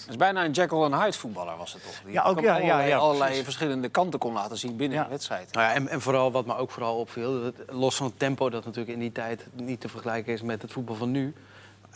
[SPEAKER 1] Het is bijna een Jekyll en Hyde voetballer was het toch? Die
[SPEAKER 3] Ja, ook,
[SPEAKER 1] kan
[SPEAKER 3] ja, ja,
[SPEAKER 1] allerlei,
[SPEAKER 3] ja,
[SPEAKER 1] allerlei
[SPEAKER 3] precies.
[SPEAKER 1] verschillende kanten kon laten zien binnen
[SPEAKER 3] Ja.
[SPEAKER 1] de wedstrijd.
[SPEAKER 4] Nou ja, en, en vooral wat me ook vooral opviel, dat- los van het tempo dat natuurlijk in die tijd niet te vergelijken is met het voetbal van nu,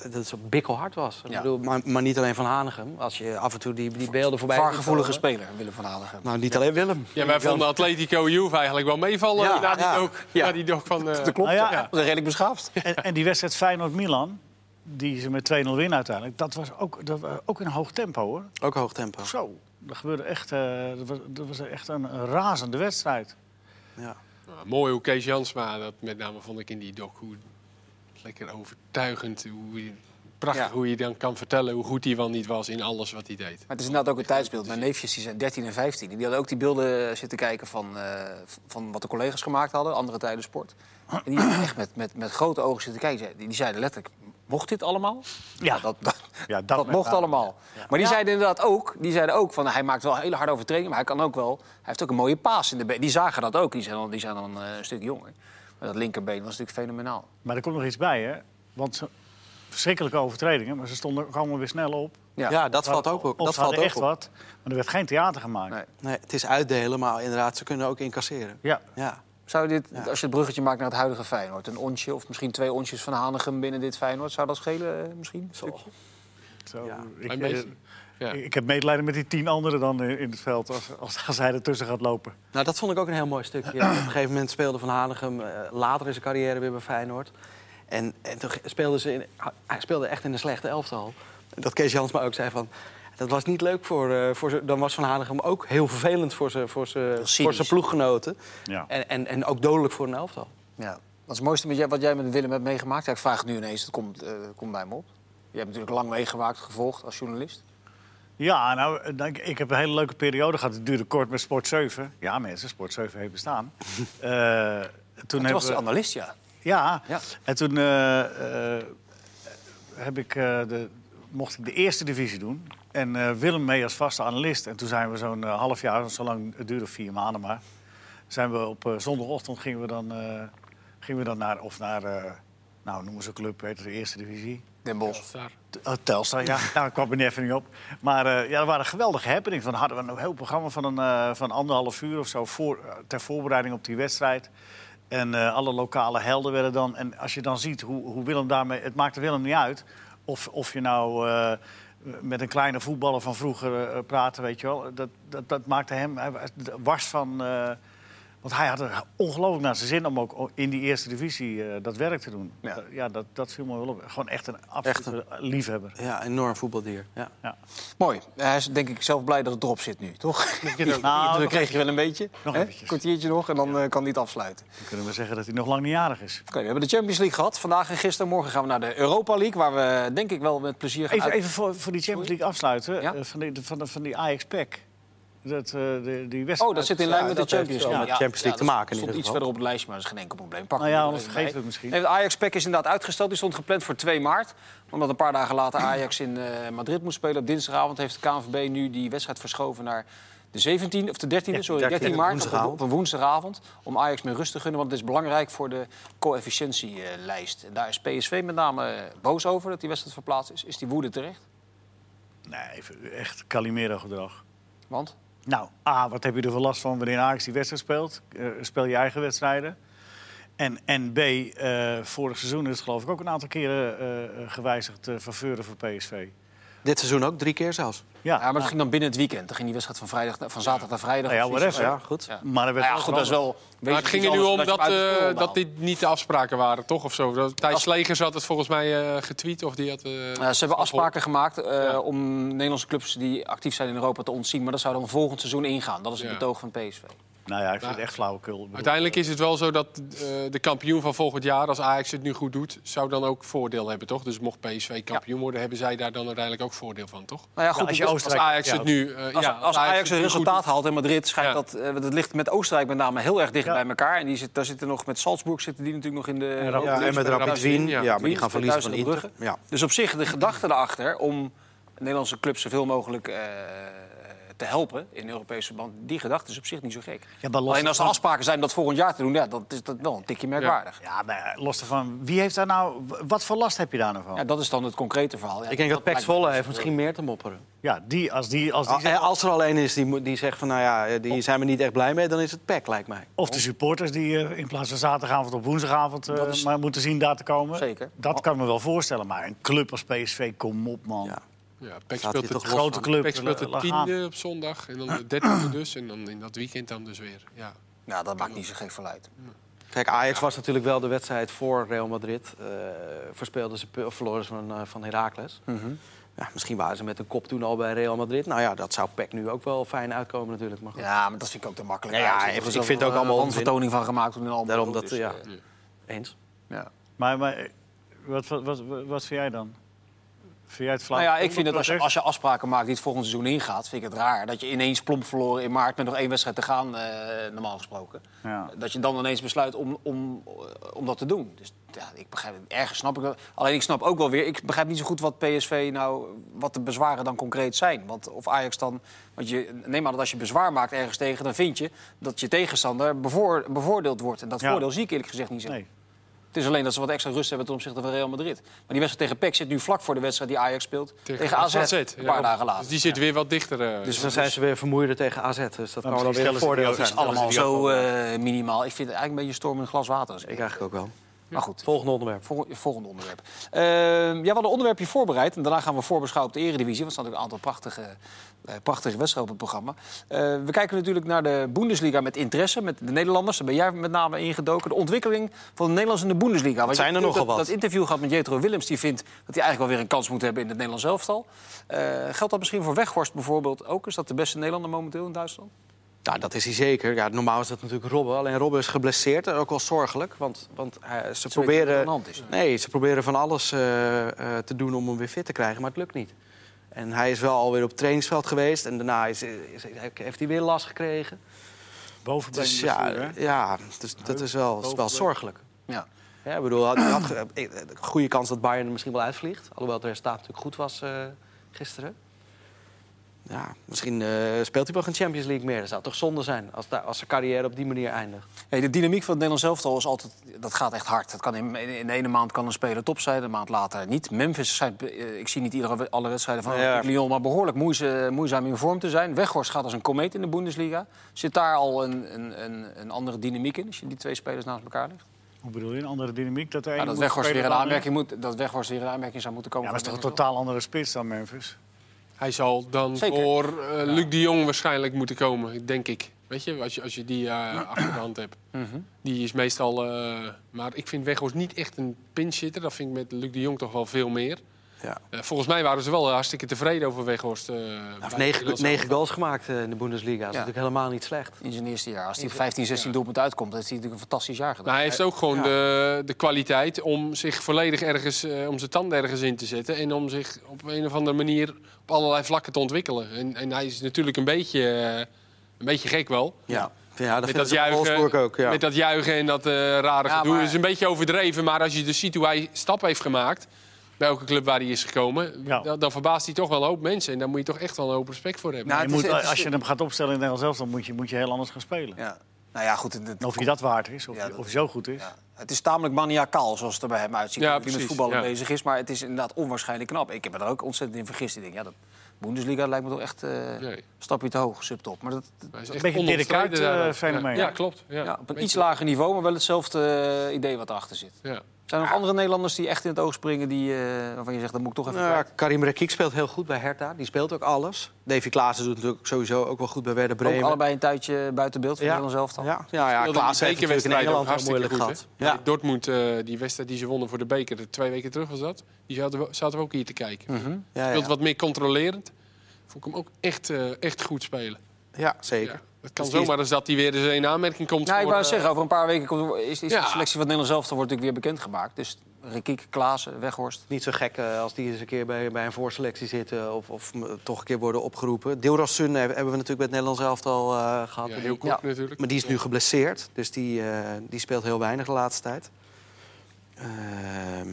[SPEAKER 4] dat het zo bikkelhard was. Ik
[SPEAKER 1] Ja.
[SPEAKER 4] bedoel, maar, maar niet alleen van Hanegem. Als je af en toe die, die beelden voorbij ziet
[SPEAKER 1] Vaargevoelige
[SPEAKER 4] komen.
[SPEAKER 1] speler, Willem van Hanegem.
[SPEAKER 4] Nou, niet alleen Willem.
[SPEAKER 2] Ja, wij vonden Atletico Juve eigenlijk wel meevallen
[SPEAKER 4] Ja,
[SPEAKER 2] na, die
[SPEAKER 4] ja,
[SPEAKER 2] doc,
[SPEAKER 4] ja.
[SPEAKER 2] na die doc van... eh,
[SPEAKER 1] dat klopt,
[SPEAKER 3] nou
[SPEAKER 1] ja.
[SPEAKER 3] ja.
[SPEAKER 1] Dat is redelijk beschaafd.
[SPEAKER 3] En, en die wedstrijd Feyenoord-Milan, die ze met 2-0 winnen uiteindelijk... dat was ook, dat, was ook in hoog tempo, hoor.
[SPEAKER 4] Ook hoog tempo.
[SPEAKER 3] Zo, dat gebeurde echt... eh, dat, was, dat was echt een, een razende wedstrijd.
[SPEAKER 4] Ja.
[SPEAKER 2] Nou, mooi hoe Kees Jansma, dat met name vond ik in die doc, hoe lekker overtuigend, hoe, je- prachtig
[SPEAKER 1] Ja.
[SPEAKER 2] hoe je dan kan vertellen hoe goed hij wel niet was in alles wat hij deed.
[SPEAKER 1] Maar het is inderdaad ook een tijdsbeeld. Mijn neefjes die zijn 13 en 15. En die hadden ook die beelden zitten kijken van, eh, van wat de collega's gemaakt hadden. Andere tijden sport. En die hebben echt met, met, met grote ogen zitten kijken. Die zei- Die zeiden letterlijk, mocht dit allemaal?
[SPEAKER 3] Ja,
[SPEAKER 1] dat, dat,
[SPEAKER 3] Ja,
[SPEAKER 1] dat,
[SPEAKER 3] dat met
[SPEAKER 1] mocht
[SPEAKER 3] name.
[SPEAKER 1] allemaal. Maar die zeiden inderdaad ook, die zeiden ook van hij maakt wel hele harde overtredingen, maar hij kan ook wel. Hij heeft ook een mooie paas in de been. Die zagen dat ook. Die zijn dan, die zijn dan eh, een stuk jonger. Maar dat linkerbeen was natuurlijk fenomenaal.
[SPEAKER 3] Maar er komt nog iets bij, hè. Want ze, verschrikkelijke overtredingen, maar ze stonden ook allemaal weer snel op.
[SPEAKER 1] Ja.
[SPEAKER 4] Ja, dat
[SPEAKER 3] Ze
[SPEAKER 4] valt
[SPEAKER 3] hadden-
[SPEAKER 4] ook op.
[SPEAKER 3] Of
[SPEAKER 4] Dat
[SPEAKER 3] ze
[SPEAKER 4] valt
[SPEAKER 3] hadden echt
[SPEAKER 4] ook op.
[SPEAKER 3] wat, maar er werd geen theater gemaakt.
[SPEAKER 1] Nee.
[SPEAKER 4] Nee, het is uitdelen, maar inderdaad, ze kunnen ook incasseren.
[SPEAKER 3] Ja,
[SPEAKER 4] Ja.
[SPEAKER 1] Zou dit, als je het bruggetje maakt naar het huidige Feyenoord, een onsje of misschien twee onsjes van Hanegem binnen dit Feyenoord, zou dat schelen eh, misschien? Stukje?
[SPEAKER 3] zo,
[SPEAKER 4] Ja,
[SPEAKER 3] ik,
[SPEAKER 2] Een beetje.
[SPEAKER 3] eh,
[SPEAKER 2] Ja.
[SPEAKER 3] ik- ik heb medelijden met die tien anderen dan in in het veld... als, als, als hij ertussen gaat lopen.
[SPEAKER 4] Nou, dat vond ik ook een heel mooi stukje. Op een gegeven moment speelde Van Hanegem eh, later in zijn carrière weer bij Feyenoord. En, en toen ge- speelden ze in, hij speelde echt in een slechte elftal. Dat Kees Jansma ook zei van... Dat was niet leuk voor, eh, voor ze. Dan was Van Hanegem ook heel vervelend voor zijn voor ze-
[SPEAKER 1] cynisch.
[SPEAKER 4] voor zijn ploeggenoten.
[SPEAKER 3] Ja.
[SPEAKER 4] En, en, en ook dodelijk voor een elftal.
[SPEAKER 1] Ja. Wat is het mooiste met jij, wat jij met Willem hebt meegemaakt? Ja, ik vraag het nu ineens, het komt, eh, komt bij me op. Je hebt natuurlijk lang meegemaakt, gevolgd als journalist.
[SPEAKER 3] Ja, nou, eh, nou, ik- ik heb een hele leuke periode gehad. Het duurde kort met Sport 7. Ja, mensen, Sport 7 heeft bestaan. Eh, toen
[SPEAKER 1] Toen
[SPEAKER 3] hebben
[SPEAKER 1] was
[SPEAKER 3] we-
[SPEAKER 1] hij analist, ja.
[SPEAKER 3] Ja,
[SPEAKER 1] Ja.
[SPEAKER 3] en toen eh, eh, heb ik, eh, de, mocht ik de eerste divisie doen. En eh, Willem mee als vaste analist. En toen zijn we zo'n eh, half jaar, zo lang, het duurde vier maanden maar... zijn we op eh, zondagochtend gingen we dan, eh, gingen we dan naar, of naar eh, nou, noemen ze een club, weet je, de eerste divisie.
[SPEAKER 1] Den Bosch.
[SPEAKER 3] Oh, Telstra, ja. Nou, ik kwam er even niet op. Maar eh, ja, dat waren geweldige happenings. Dan hadden we een heel programma van, een, eh, van anderhalf uur of zo... Voor, eh, ter voorbereiding op die wedstrijd. En eh, alle lokale helden werden dan... En als je dan ziet hoe, hoe Willem daarmee... Het maakte Willem niet uit of, of je nou... eh, met een kleine voetballer van vroeger eh, praatte, weet je wel. Dat, dat, dat maakte hem hij was wars van... eh, want hij had er ongelooflijk naar zijn zin om ook in die eerste divisie eh, dat werk te doen. Eh,
[SPEAKER 1] Ja.
[SPEAKER 3] Ja, dat, dat viel me wel op. Gewoon echt een absolute liefhebber.
[SPEAKER 4] Ja, enorm voetbaldier. Ja.
[SPEAKER 1] Mooi. Hij is denk ik zelf blij dat het erop zit nu, toch?
[SPEAKER 3] Nou,
[SPEAKER 1] Dan
[SPEAKER 3] nog-
[SPEAKER 1] kreeg je wel een beetje.
[SPEAKER 3] nog
[SPEAKER 1] hè?
[SPEAKER 3] eventjes.
[SPEAKER 1] kwartiertje nog en dan eh, kan hij het afsluiten.
[SPEAKER 3] Dan kunnen we zeggen dat hij nog lang niet jarig is.
[SPEAKER 1] Oké, we hebben de Champions League gehad. Vandaag en gisteren. Morgen gaan we naar de Europa League. Waar we denk ik wel met plezier gaan
[SPEAKER 3] Even,
[SPEAKER 1] uit-
[SPEAKER 3] even voor, voor die Champions League afsluiten.
[SPEAKER 1] Ja?
[SPEAKER 3] eh, van, die, van, de- van die Ajax Pack. Dat, eh, de, die
[SPEAKER 1] Oh,
[SPEAKER 3] wedstrijd-
[SPEAKER 1] dat zit in lijn
[SPEAKER 4] Ja,
[SPEAKER 1] met de
[SPEAKER 4] dat heeft
[SPEAKER 1] Champions
[SPEAKER 4] wel
[SPEAKER 1] League.
[SPEAKER 4] met Champions League te
[SPEAKER 1] dat
[SPEAKER 4] maken in
[SPEAKER 1] stond
[SPEAKER 4] ieder
[SPEAKER 1] iets
[SPEAKER 4] geval.
[SPEAKER 1] verder op het lijstje, maar dat is geen enkel probleem. Pak
[SPEAKER 3] Nou
[SPEAKER 1] hem
[SPEAKER 3] ja,
[SPEAKER 1] er
[SPEAKER 3] anders
[SPEAKER 1] even
[SPEAKER 3] vergeten
[SPEAKER 1] bij.
[SPEAKER 3] we het misschien.
[SPEAKER 1] Nee, het Ajax-pack is inderdaad uitgesteld. Die stond gepland voor 2 maart. Omdat een paar dagen later Ajax in eh, Madrid moest spelen. Op dinsdagavond heeft de KNVB nu die wedstrijd verschoven naar de 17 of de 13e, sorry,
[SPEAKER 4] 13e,
[SPEAKER 1] 13 maart. Op een,
[SPEAKER 4] woensdagavond.
[SPEAKER 1] op een woensdagavond. Om Ajax meer rust te gunnen. Want het is belangrijk voor de coëfficiëntielijst. En daar is PSV met name eh, boos over dat die wedstrijd verplaatst is. Is die woede terecht?
[SPEAKER 3] Nee, even- echt Calimero-gedrag.
[SPEAKER 1] Want?
[SPEAKER 3] Nou, A, wat heb je er voor last van wanneer Ajax die wedstrijd speelt? Eh, speel je eigen wedstrijden. En, en B, eh, vorig seizoen is het geloof ik ook een aantal keren eh, gewijzigd eh van Veuren voor PSV.
[SPEAKER 4] Dit seizoen ook, drie keer zelfs.
[SPEAKER 1] Ja, maar dat ging dan binnen het weekend. Dan ging die wedstrijd van, vrijdag, naar- van zaterdag naar vrijdag.
[SPEAKER 3] Nou ja,
[SPEAKER 1] of zoiets.
[SPEAKER 3] whatever.
[SPEAKER 4] Ja, goed.
[SPEAKER 1] Ja.
[SPEAKER 3] Maar er
[SPEAKER 1] Nou
[SPEAKER 3] werd
[SPEAKER 1] ja,
[SPEAKER 3] wel
[SPEAKER 1] goed, dat is wel...
[SPEAKER 2] Maar het ging er nu om dat, eh, dat dit niet de afspraken waren, toch? Of zo? Dat- Thijs Slegers had het volgens mij eh, getweet. Of die had, eh,
[SPEAKER 1] ze hebben afspraken gemaakt eh, om Nederlandse clubs die actief zijn in Europa te ontzien. Maar dat zou dan volgend seizoen ingaan. Dat is het
[SPEAKER 2] Ja.
[SPEAKER 1] betoog van PSV.
[SPEAKER 3] Nou ja, ik vind het echt flauwekul. Ik bedoel,
[SPEAKER 2] Uiteindelijk is het wel zo dat eh, de kampioen van volgend jaar, als Ajax het nu goed doet, zou dan ook voordeel hebben, toch? Dus mocht PSV kampioen worden, hebben zij daar dan uiteindelijk ook voordeel van, toch?
[SPEAKER 1] Nou ja, goed,
[SPEAKER 3] Ja, als je
[SPEAKER 1] dus-
[SPEAKER 3] Oostenrijk-
[SPEAKER 2] Als Ajax het nu. eh,
[SPEAKER 1] als,
[SPEAKER 2] ja,
[SPEAKER 1] als Ajax
[SPEAKER 2] het
[SPEAKER 1] een
[SPEAKER 2] nu goed
[SPEAKER 1] resultaat haalt in Madrid, schijnt
[SPEAKER 2] Ja.
[SPEAKER 1] dat, eh, want het ligt met Oostenrijk met name heel erg dicht
[SPEAKER 3] Ja.
[SPEAKER 1] bij elkaar. En die zit, daar zitten nog met Salzburg zitten die natuurlijk nog in de.
[SPEAKER 3] Rapid
[SPEAKER 1] Europa
[SPEAKER 4] Ja, en met
[SPEAKER 2] Rapid
[SPEAKER 4] Rapid
[SPEAKER 2] Wien,
[SPEAKER 4] Wien.
[SPEAKER 2] ja.
[SPEAKER 4] Ja, maar die gaan
[SPEAKER 1] Wien speelt
[SPEAKER 4] verliezen van
[SPEAKER 1] thuis
[SPEAKER 4] Inter.
[SPEAKER 1] tegen
[SPEAKER 4] Ja.
[SPEAKER 1] Dus op zich de gedachte erachter om Nederlandse clubs zoveel mogelijk eh, te helpen in Europees verband, die gedachte is op zich niet zo gek.
[SPEAKER 3] Ja, maar los
[SPEAKER 1] Alleen als de
[SPEAKER 3] van-
[SPEAKER 4] Ah.
[SPEAKER 1] afspraken zijn dat volgend jaar te doen, ja, dat is dat wel een tikje merkwaardig. Ja.
[SPEAKER 3] Ja, maar los daarvan, wie heeft daar nou... Wat voor last heb je daar nou van? Ja,
[SPEAKER 1] dat is dan het concrete verhaal. Ja,
[SPEAKER 4] Ik denk dat Pek
[SPEAKER 1] lijkt-
[SPEAKER 4] Zwolle heeft misschien meer te mopperen.
[SPEAKER 3] die, als die... Als
[SPEAKER 1] Ah,
[SPEAKER 3] die
[SPEAKER 4] Al- eh, Als er al één is die, moet- die zegt van, nou ja, eh, die zijn we niet echt blij mee... dan is het Pek, lijkt mij.
[SPEAKER 3] Of de supporters die eh, in plaats van zaterdagavond op woensdagavond eh,
[SPEAKER 1] Dat is-
[SPEAKER 3] maar moeten zien daar te komen.
[SPEAKER 1] Zeker.
[SPEAKER 3] Dat kan ik me wel voorstellen. Maar een club als PSV, kom op man.
[SPEAKER 4] Ja.
[SPEAKER 2] doen. Ja, PEC
[SPEAKER 4] Staat
[SPEAKER 2] speelt
[SPEAKER 4] hier
[SPEAKER 2] het
[SPEAKER 4] toch
[SPEAKER 2] groot.
[SPEAKER 4] los.
[SPEAKER 3] Grote club.
[SPEAKER 2] PEC speelt
[SPEAKER 3] la-
[SPEAKER 2] het
[SPEAKER 3] laat gaan.
[SPEAKER 2] tiende op zondag en dan de dertiende dus. En dan in dat weekend dan dus weer. Ja.
[SPEAKER 1] Nou, dat maakt niet zo gek veel uit.
[SPEAKER 4] Kijk, Ajax was natuurlijk wel de wedstrijd voor Real Madrid. Eh verspeelden ze, of verloren ze van, eh, van Heracles. ja, misschien waren ze met een kop toen al bij Real Madrid. Nou ja, dat zou Pek nu ook wel fijn uitkomen natuurlijk. Maar goed.
[SPEAKER 1] Ja, maar dat vind ik ook te makkelijk.
[SPEAKER 4] Ja, ja,
[SPEAKER 1] Ajax heeft
[SPEAKER 4] ik-
[SPEAKER 1] er
[SPEAKER 4] ik
[SPEAKER 1] zoveel,
[SPEAKER 4] vind het ook
[SPEAKER 1] eh,
[SPEAKER 4] allemaal onzin.
[SPEAKER 1] wanvertoning van gemaakt toen in allemaal.
[SPEAKER 4] Daarom dat, ja.
[SPEAKER 2] eh, ja.
[SPEAKER 4] Eens.
[SPEAKER 1] ja.
[SPEAKER 3] Maar, maar eh, wat, wat, wat, wat, wat vind jij dan? Vind jij het flauw?
[SPEAKER 1] Nou ja, ik vind dat als je, als je afspraken maakt die het volgende seizoen ingaat, vind ik het raar dat je ineens plomp verloren in maart met nog één wedstrijd te gaan, eh, normaal gesproken.
[SPEAKER 3] Ja.
[SPEAKER 1] Dat je dan ineens besluit om, om, eh, om dat te doen. Dus ja, ik begrijp het. Ergens snap ik dat. Alleen ik snap ook wel weer, ik begrijp niet zo goed wat PSV nou, wat de bezwaren dan concreet zijn. Want of Ajax dan, want je, neem aan dat als je bezwaar maakt ergens tegen, dan vind je dat je tegenstander bevoor, bevoordeeld wordt. En dat
[SPEAKER 3] Ja.
[SPEAKER 1] voordeel zie ik eerlijk gezegd niet zo.
[SPEAKER 3] Nee.
[SPEAKER 1] Het is alleen dat ze wat extra rust hebben ten opzichte van Real Madrid. Maar die wedstrijd tegen PEC zit nu vlak voor de wedstrijd die Ajax speelt. Tegen, AZ, een paar
[SPEAKER 2] ja.
[SPEAKER 1] dagen
[SPEAKER 2] Dus
[SPEAKER 1] later.
[SPEAKER 2] die zit weer wat dichter. eh.
[SPEAKER 4] Dus dan zijn ze weer vermoeider tegen AZ. Dus dat kan wel
[SPEAKER 3] misschien
[SPEAKER 4] weer
[SPEAKER 3] stellen
[SPEAKER 4] een
[SPEAKER 3] ze die
[SPEAKER 4] voordeel
[SPEAKER 3] ook
[SPEAKER 4] zijn.
[SPEAKER 3] eens
[SPEAKER 1] Allemaal
[SPEAKER 3] die ook
[SPEAKER 1] zo eh, minimaal. Ik vind het eigenlijk een beetje een storm in een glas water. als ik-
[SPEAKER 4] Ik eigenlijk ook wel.
[SPEAKER 1] Maar goed,
[SPEAKER 4] Volgende onderwerp.
[SPEAKER 1] vol- volgende onderwerp. Eh, ja, we hadden een onderwerpje voorbereid. En daarna gaan we voorbeschouwen op de Eredivisie. Want er staan ook een aantal prachtige, eh, prachtige wedstrijden op het programma. Eh, we kijken natuurlijk naar de Bundesliga met interesse. Met de Nederlanders. Daar ben jij met name ingedoken. De ontwikkeling van de Nederlanders in de Bundesliga. Want je
[SPEAKER 4] zijn er
[SPEAKER 1] hebt
[SPEAKER 4] nogal
[SPEAKER 1] dat,
[SPEAKER 4] wat.
[SPEAKER 1] Dat interview gehad met Jetro Willems. Die vindt dat hij eigenlijk wel weer een kans moet hebben in het Nederlands elftal. Eh, geldt dat misschien voor Weghorst bijvoorbeeld ook? Is dat de beste Nederlander momenteel in Duitsland?
[SPEAKER 4] Nou, dat is hij zeker. Ja, normaal is dat natuurlijk Robben. Alleen Robben is geblesseerd. En ook wel zorgelijk. Want, want eh, ze,
[SPEAKER 1] wat er aan
[SPEAKER 4] proberen,
[SPEAKER 1] de hand is.
[SPEAKER 4] nee, ze proberen van alles eh, eh, te doen om hem weer fit te krijgen. Maar het lukt niet. En hij is wel alweer op het trainingsveld geweest. En daarna is, is- heeft hij weer last gekregen.
[SPEAKER 3] Bovenbeen
[SPEAKER 4] Dus
[SPEAKER 3] bestuur,
[SPEAKER 4] ja,
[SPEAKER 3] hè?
[SPEAKER 1] eh,
[SPEAKER 4] ja dus, dat is wel, wel zorgelijk.
[SPEAKER 1] Ja.
[SPEAKER 4] Ja, ik bedoel, had, had ge- eh, goede kans dat Bayern er misschien wel uitvliegt. Alhoewel het resultaat natuurlijk goed was eh, gisteren. Ja, misschien eh, speelt hij wel geen Champions League meer. Dat zou toch zonde zijn als, da- als zijn carrière op die manier eindigt.
[SPEAKER 1] Hey, de dynamiek van het Nederlands elftal is altijd, dat gaat echt hard. Dat kan in, in, in de ene maand kan een speler top zijn, de maand later niet. Memphis, schijnt, eh, ik zie niet iedere, alle wedstrijden van
[SPEAKER 4] Ja.
[SPEAKER 1] Lyon... maar behoorlijk moeizaam, moeizaam in vorm te zijn. Weghorst gaat als een komeet in de Bundesliga. Zit daar al een, een, een, een andere dynamiek in als je die twee spelers naast elkaar legt?
[SPEAKER 3] Hoe bedoel je? Een andere dynamiek? Dat, de ene
[SPEAKER 1] Ja, dat,
[SPEAKER 3] moet
[SPEAKER 1] Weghorst weer een
[SPEAKER 3] spelen dan- eh,
[SPEAKER 1] aanmerking moet, dat Weghorst weer een aanmerking zou moeten
[SPEAKER 3] Ja,
[SPEAKER 1] komen.
[SPEAKER 3] maar dat is
[SPEAKER 1] voor
[SPEAKER 3] toch een
[SPEAKER 1] het
[SPEAKER 3] totaal andere spits dan Memphis?
[SPEAKER 2] Hij zal dan
[SPEAKER 1] Zeker.
[SPEAKER 2] voor eh, Luc de Jong waarschijnlijk moeten komen, denk ik. Weet je, als je, als je die eh, achter de hand hebt.
[SPEAKER 4] Mhm.
[SPEAKER 2] Die is meestal... eh, maar ik vind Weghorst niet echt een pinchitter. Dat vind ik met Luc de Jong toch wel veel meer.
[SPEAKER 4] Ja.
[SPEAKER 2] Eh, volgens mij waren ze wel hartstikke tevreden over Weghorst. eh, bij
[SPEAKER 4] Hij
[SPEAKER 2] de
[SPEAKER 4] heeft negen,
[SPEAKER 2] Nederlandse
[SPEAKER 4] negen goals gemaakt eh, in de Bundesliga. Dat is
[SPEAKER 1] Ja.
[SPEAKER 4] natuurlijk helemaal niet slecht.
[SPEAKER 1] In zijn eerste jaar. Als hij op 15, 16 doelpunten uitkomt, heeft hij natuurlijk een fantastisch jaar gedaan.
[SPEAKER 2] Maar hij heeft ook gewoon de, de kwaliteit om zich volledig ergens, eh, om zijn tanden ergens in te zetten. En om zich op een of andere manier op allerlei vlakken te ontwikkelen. En, en hij is natuurlijk een beetje, eh, een beetje gek wel.
[SPEAKER 4] Ja, ja dat
[SPEAKER 2] Met
[SPEAKER 4] vind
[SPEAKER 2] dat,
[SPEAKER 4] ik bij Wolfsburg
[SPEAKER 2] juichen,
[SPEAKER 4] ook. Ja.
[SPEAKER 2] met dat juichen en dat eh, rare
[SPEAKER 1] Ja,
[SPEAKER 2] gedoe.
[SPEAKER 1] maar-
[SPEAKER 2] is een beetje overdreven, maar als je dus ziet hoe hij stap heeft gemaakt... bij elke club waar hij is gekomen,
[SPEAKER 3] Ja.
[SPEAKER 2] dan, dan verbaast hij toch wel een hoop mensen. En daar moet je toch echt wel een hoop respect voor hebben.
[SPEAKER 1] Nou,
[SPEAKER 3] je
[SPEAKER 1] het is-
[SPEAKER 3] moet,
[SPEAKER 1] het is-
[SPEAKER 3] als je hem gaat opstellen in Nederland zelf, dan moet je, moet je heel anders gaan spelen.
[SPEAKER 1] Ja. Nou ja, goed. het- het-
[SPEAKER 3] En of je dat waard is, of,
[SPEAKER 1] Ja,
[SPEAKER 3] je-
[SPEAKER 1] dat-
[SPEAKER 3] of je zo goed is.
[SPEAKER 1] Ja. Het is tamelijk maniacaal zoals het er bij hem uitziet.
[SPEAKER 2] Ja,
[SPEAKER 1] hoe hij met
[SPEAKER 2] precies,
[SPEAKER 1] voetballen
[SPEAKER 2] ja.
[SPEAKER 1] bezig is. Maar het is inderdaad onwaarschijnlijk knap. Ik heb me daar ook ontzettend in vergist. Ik denk, ja, dat Bundesliga lijkt me toch echt eh,
[SPEAKER 2] Nee.
[SPEAKER 1] een stapje te hoog, subtop. Maar dat,
[SPEAKER 2] Hij is
[SPEAKER 3] Een
[SPEAKER 2] echt
[SPEAKER 3] beetje Dirk
[SPEAKER 2] onomstreden
[SPEAKER 3] Kuyt, eh,
[SPEAKER 2] daarover.
[SPEAKER 3] fenomeen.
[SPEAKER 2] Ja, ja, klopt. Ja.
[SPEAKER 1] ja, op een
[SPEAKER 2] Beetje-
[SPEAKER 1] iets lager niveau, maar wel hetzelfde eh, idee wat erachter zit.
[SPEAKER 2] Ja.
[SPEAKER 1] Zijn er nog andere Nederlanders die echt in het oog springen... Die, eh, waarvan je zegt, dat moet ik toch even
[SPEAKER 4] Nou ja,
[SPEAKER 1] kijken?
[SPEAKER 4] Karim Rekiek speelt heel goed bij Hertha. Die speelt ook alles. Davy Klaassen doet natuurlijk sowieso ook wel goed bij Werder Bremen.
[SPEAKER 1] Ook allebei een tijdje buiten beeld van
[SPEAKER 4] Ja.
[SPEAKER 1] Nederland zelf dan.
[SPEAKER 4] Ja, ja, ja
[SPEAKER 2] Speelde
[SPEAKER 4] Klaassen
[SPEAKER 2] die
[SPEAKER 4] heeft natuurlijk in
[SPEAKER 2] bekerwedstrijd ook
[SPEAKER 4] Nederland heel
[SPEAKER 2] hartstikke
[SPEAKER 4] moeilijk
[SPEAKER 2] goed,
[SPEAKER 4] gehad.
[SPEAKER 2] hè?
[SPEAKER 4] Ja.
[SPEAKER 2] Nee, Dortmund, eh, die wedstrijd die ze wonnen voor de beker de twee weken terug was dat. Die zaten we, zaten we ook hier te kijken.
[SPEAKER 4] Mhm. Ja, ja.
[SPEAKER 2] Speelt wat meer controlerend. Vond ik hem ook echt, eh, echt goed spelen.
[SPEAKER 4] ja, zeker.
[SPEAKER 2] Ja. Het kan
[SPEAKER 4] Dus die is-
[SPEAKER 2] zomaar eens dat hij weer eens in aanmerking komt.
[SPEAKER 1] Nou, ik
[SPEAKER 2] voor,
[SPEAKER 1] wou
[SPEAKER 2] eh,
[SPEAKER 1] zeggen, over een paar weken komt, is, is
[SPEAKER 2] Ja.
[SPEAKER 1] de selectie van Nederland zelf wordt natuurlijk weer bekendgemaakt. Dus Rikiek, Klaassen, Weghorst.
[SPEAKER 4] Niet zo gek eh, als die eens een keer bij, bij een voorselectie zitten of, of m- toch een keer worden opgeroepen. Deelrasun hebben we natuurlijk bij het Nederlands elftal eh gehad.
[SPEAKER 2] ja,
[SPEAKER 4] Maar
[SPEAKER 2] heel
[SPEAKER 4] die-
[SPEAKER 2] kort
[SPEAKER 1] Ja.
[SPEAKER 2] natuurlijk.
[SPEAKER 4] Maar die is nu geblesseerd, dus die, eh, die speelt heel weinig de laatste tijd. Ehm,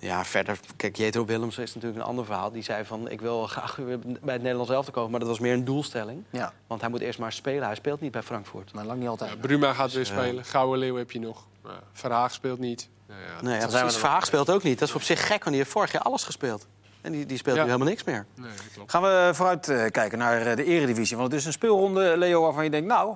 [SPEAKER 4] ja, verder, kijk, Jetro Willems is natuurlijk een ander verhaal. Die zei van, ik wil wel graag weer bij het Nederlands elftal komen, maar dat was meer een doelstelling.
[SPEAKER 1] Ja,
[SPEAKER 4] Want hij moet eerst maar spelen, hij speelt niet bij Frankfurt.
[SPEAKER 1] maar lang niet altijd.
[SPEAKER 2] Ja, Bruma gaat weer spelen. Gouden Leeuw heb je nog. Ja, Verhaag speelt niet. Nou ja,
[SPEAKER 4] Nee, ja,
[SPEAKER 1] zijn we
[SPEAKER 4] precies.
[SPEAKER 1] er-
[SPEAKER 4] Verhaag speelt ook niet. Dat is op zich gek, want die heeft vorig jaar alles gespeeld. En die, die speelt
[SPEAKER 2] Ja.
[SPEAKER 4] nu helemaal niks meer.
[SPEAKER 2] nee, dat klopt.
[SPEAKER 1] Gaan we vooruit eh, kijken naar eh, de eredivisie. Want het is een speelronde, Leo, waarvan je denkt... nou,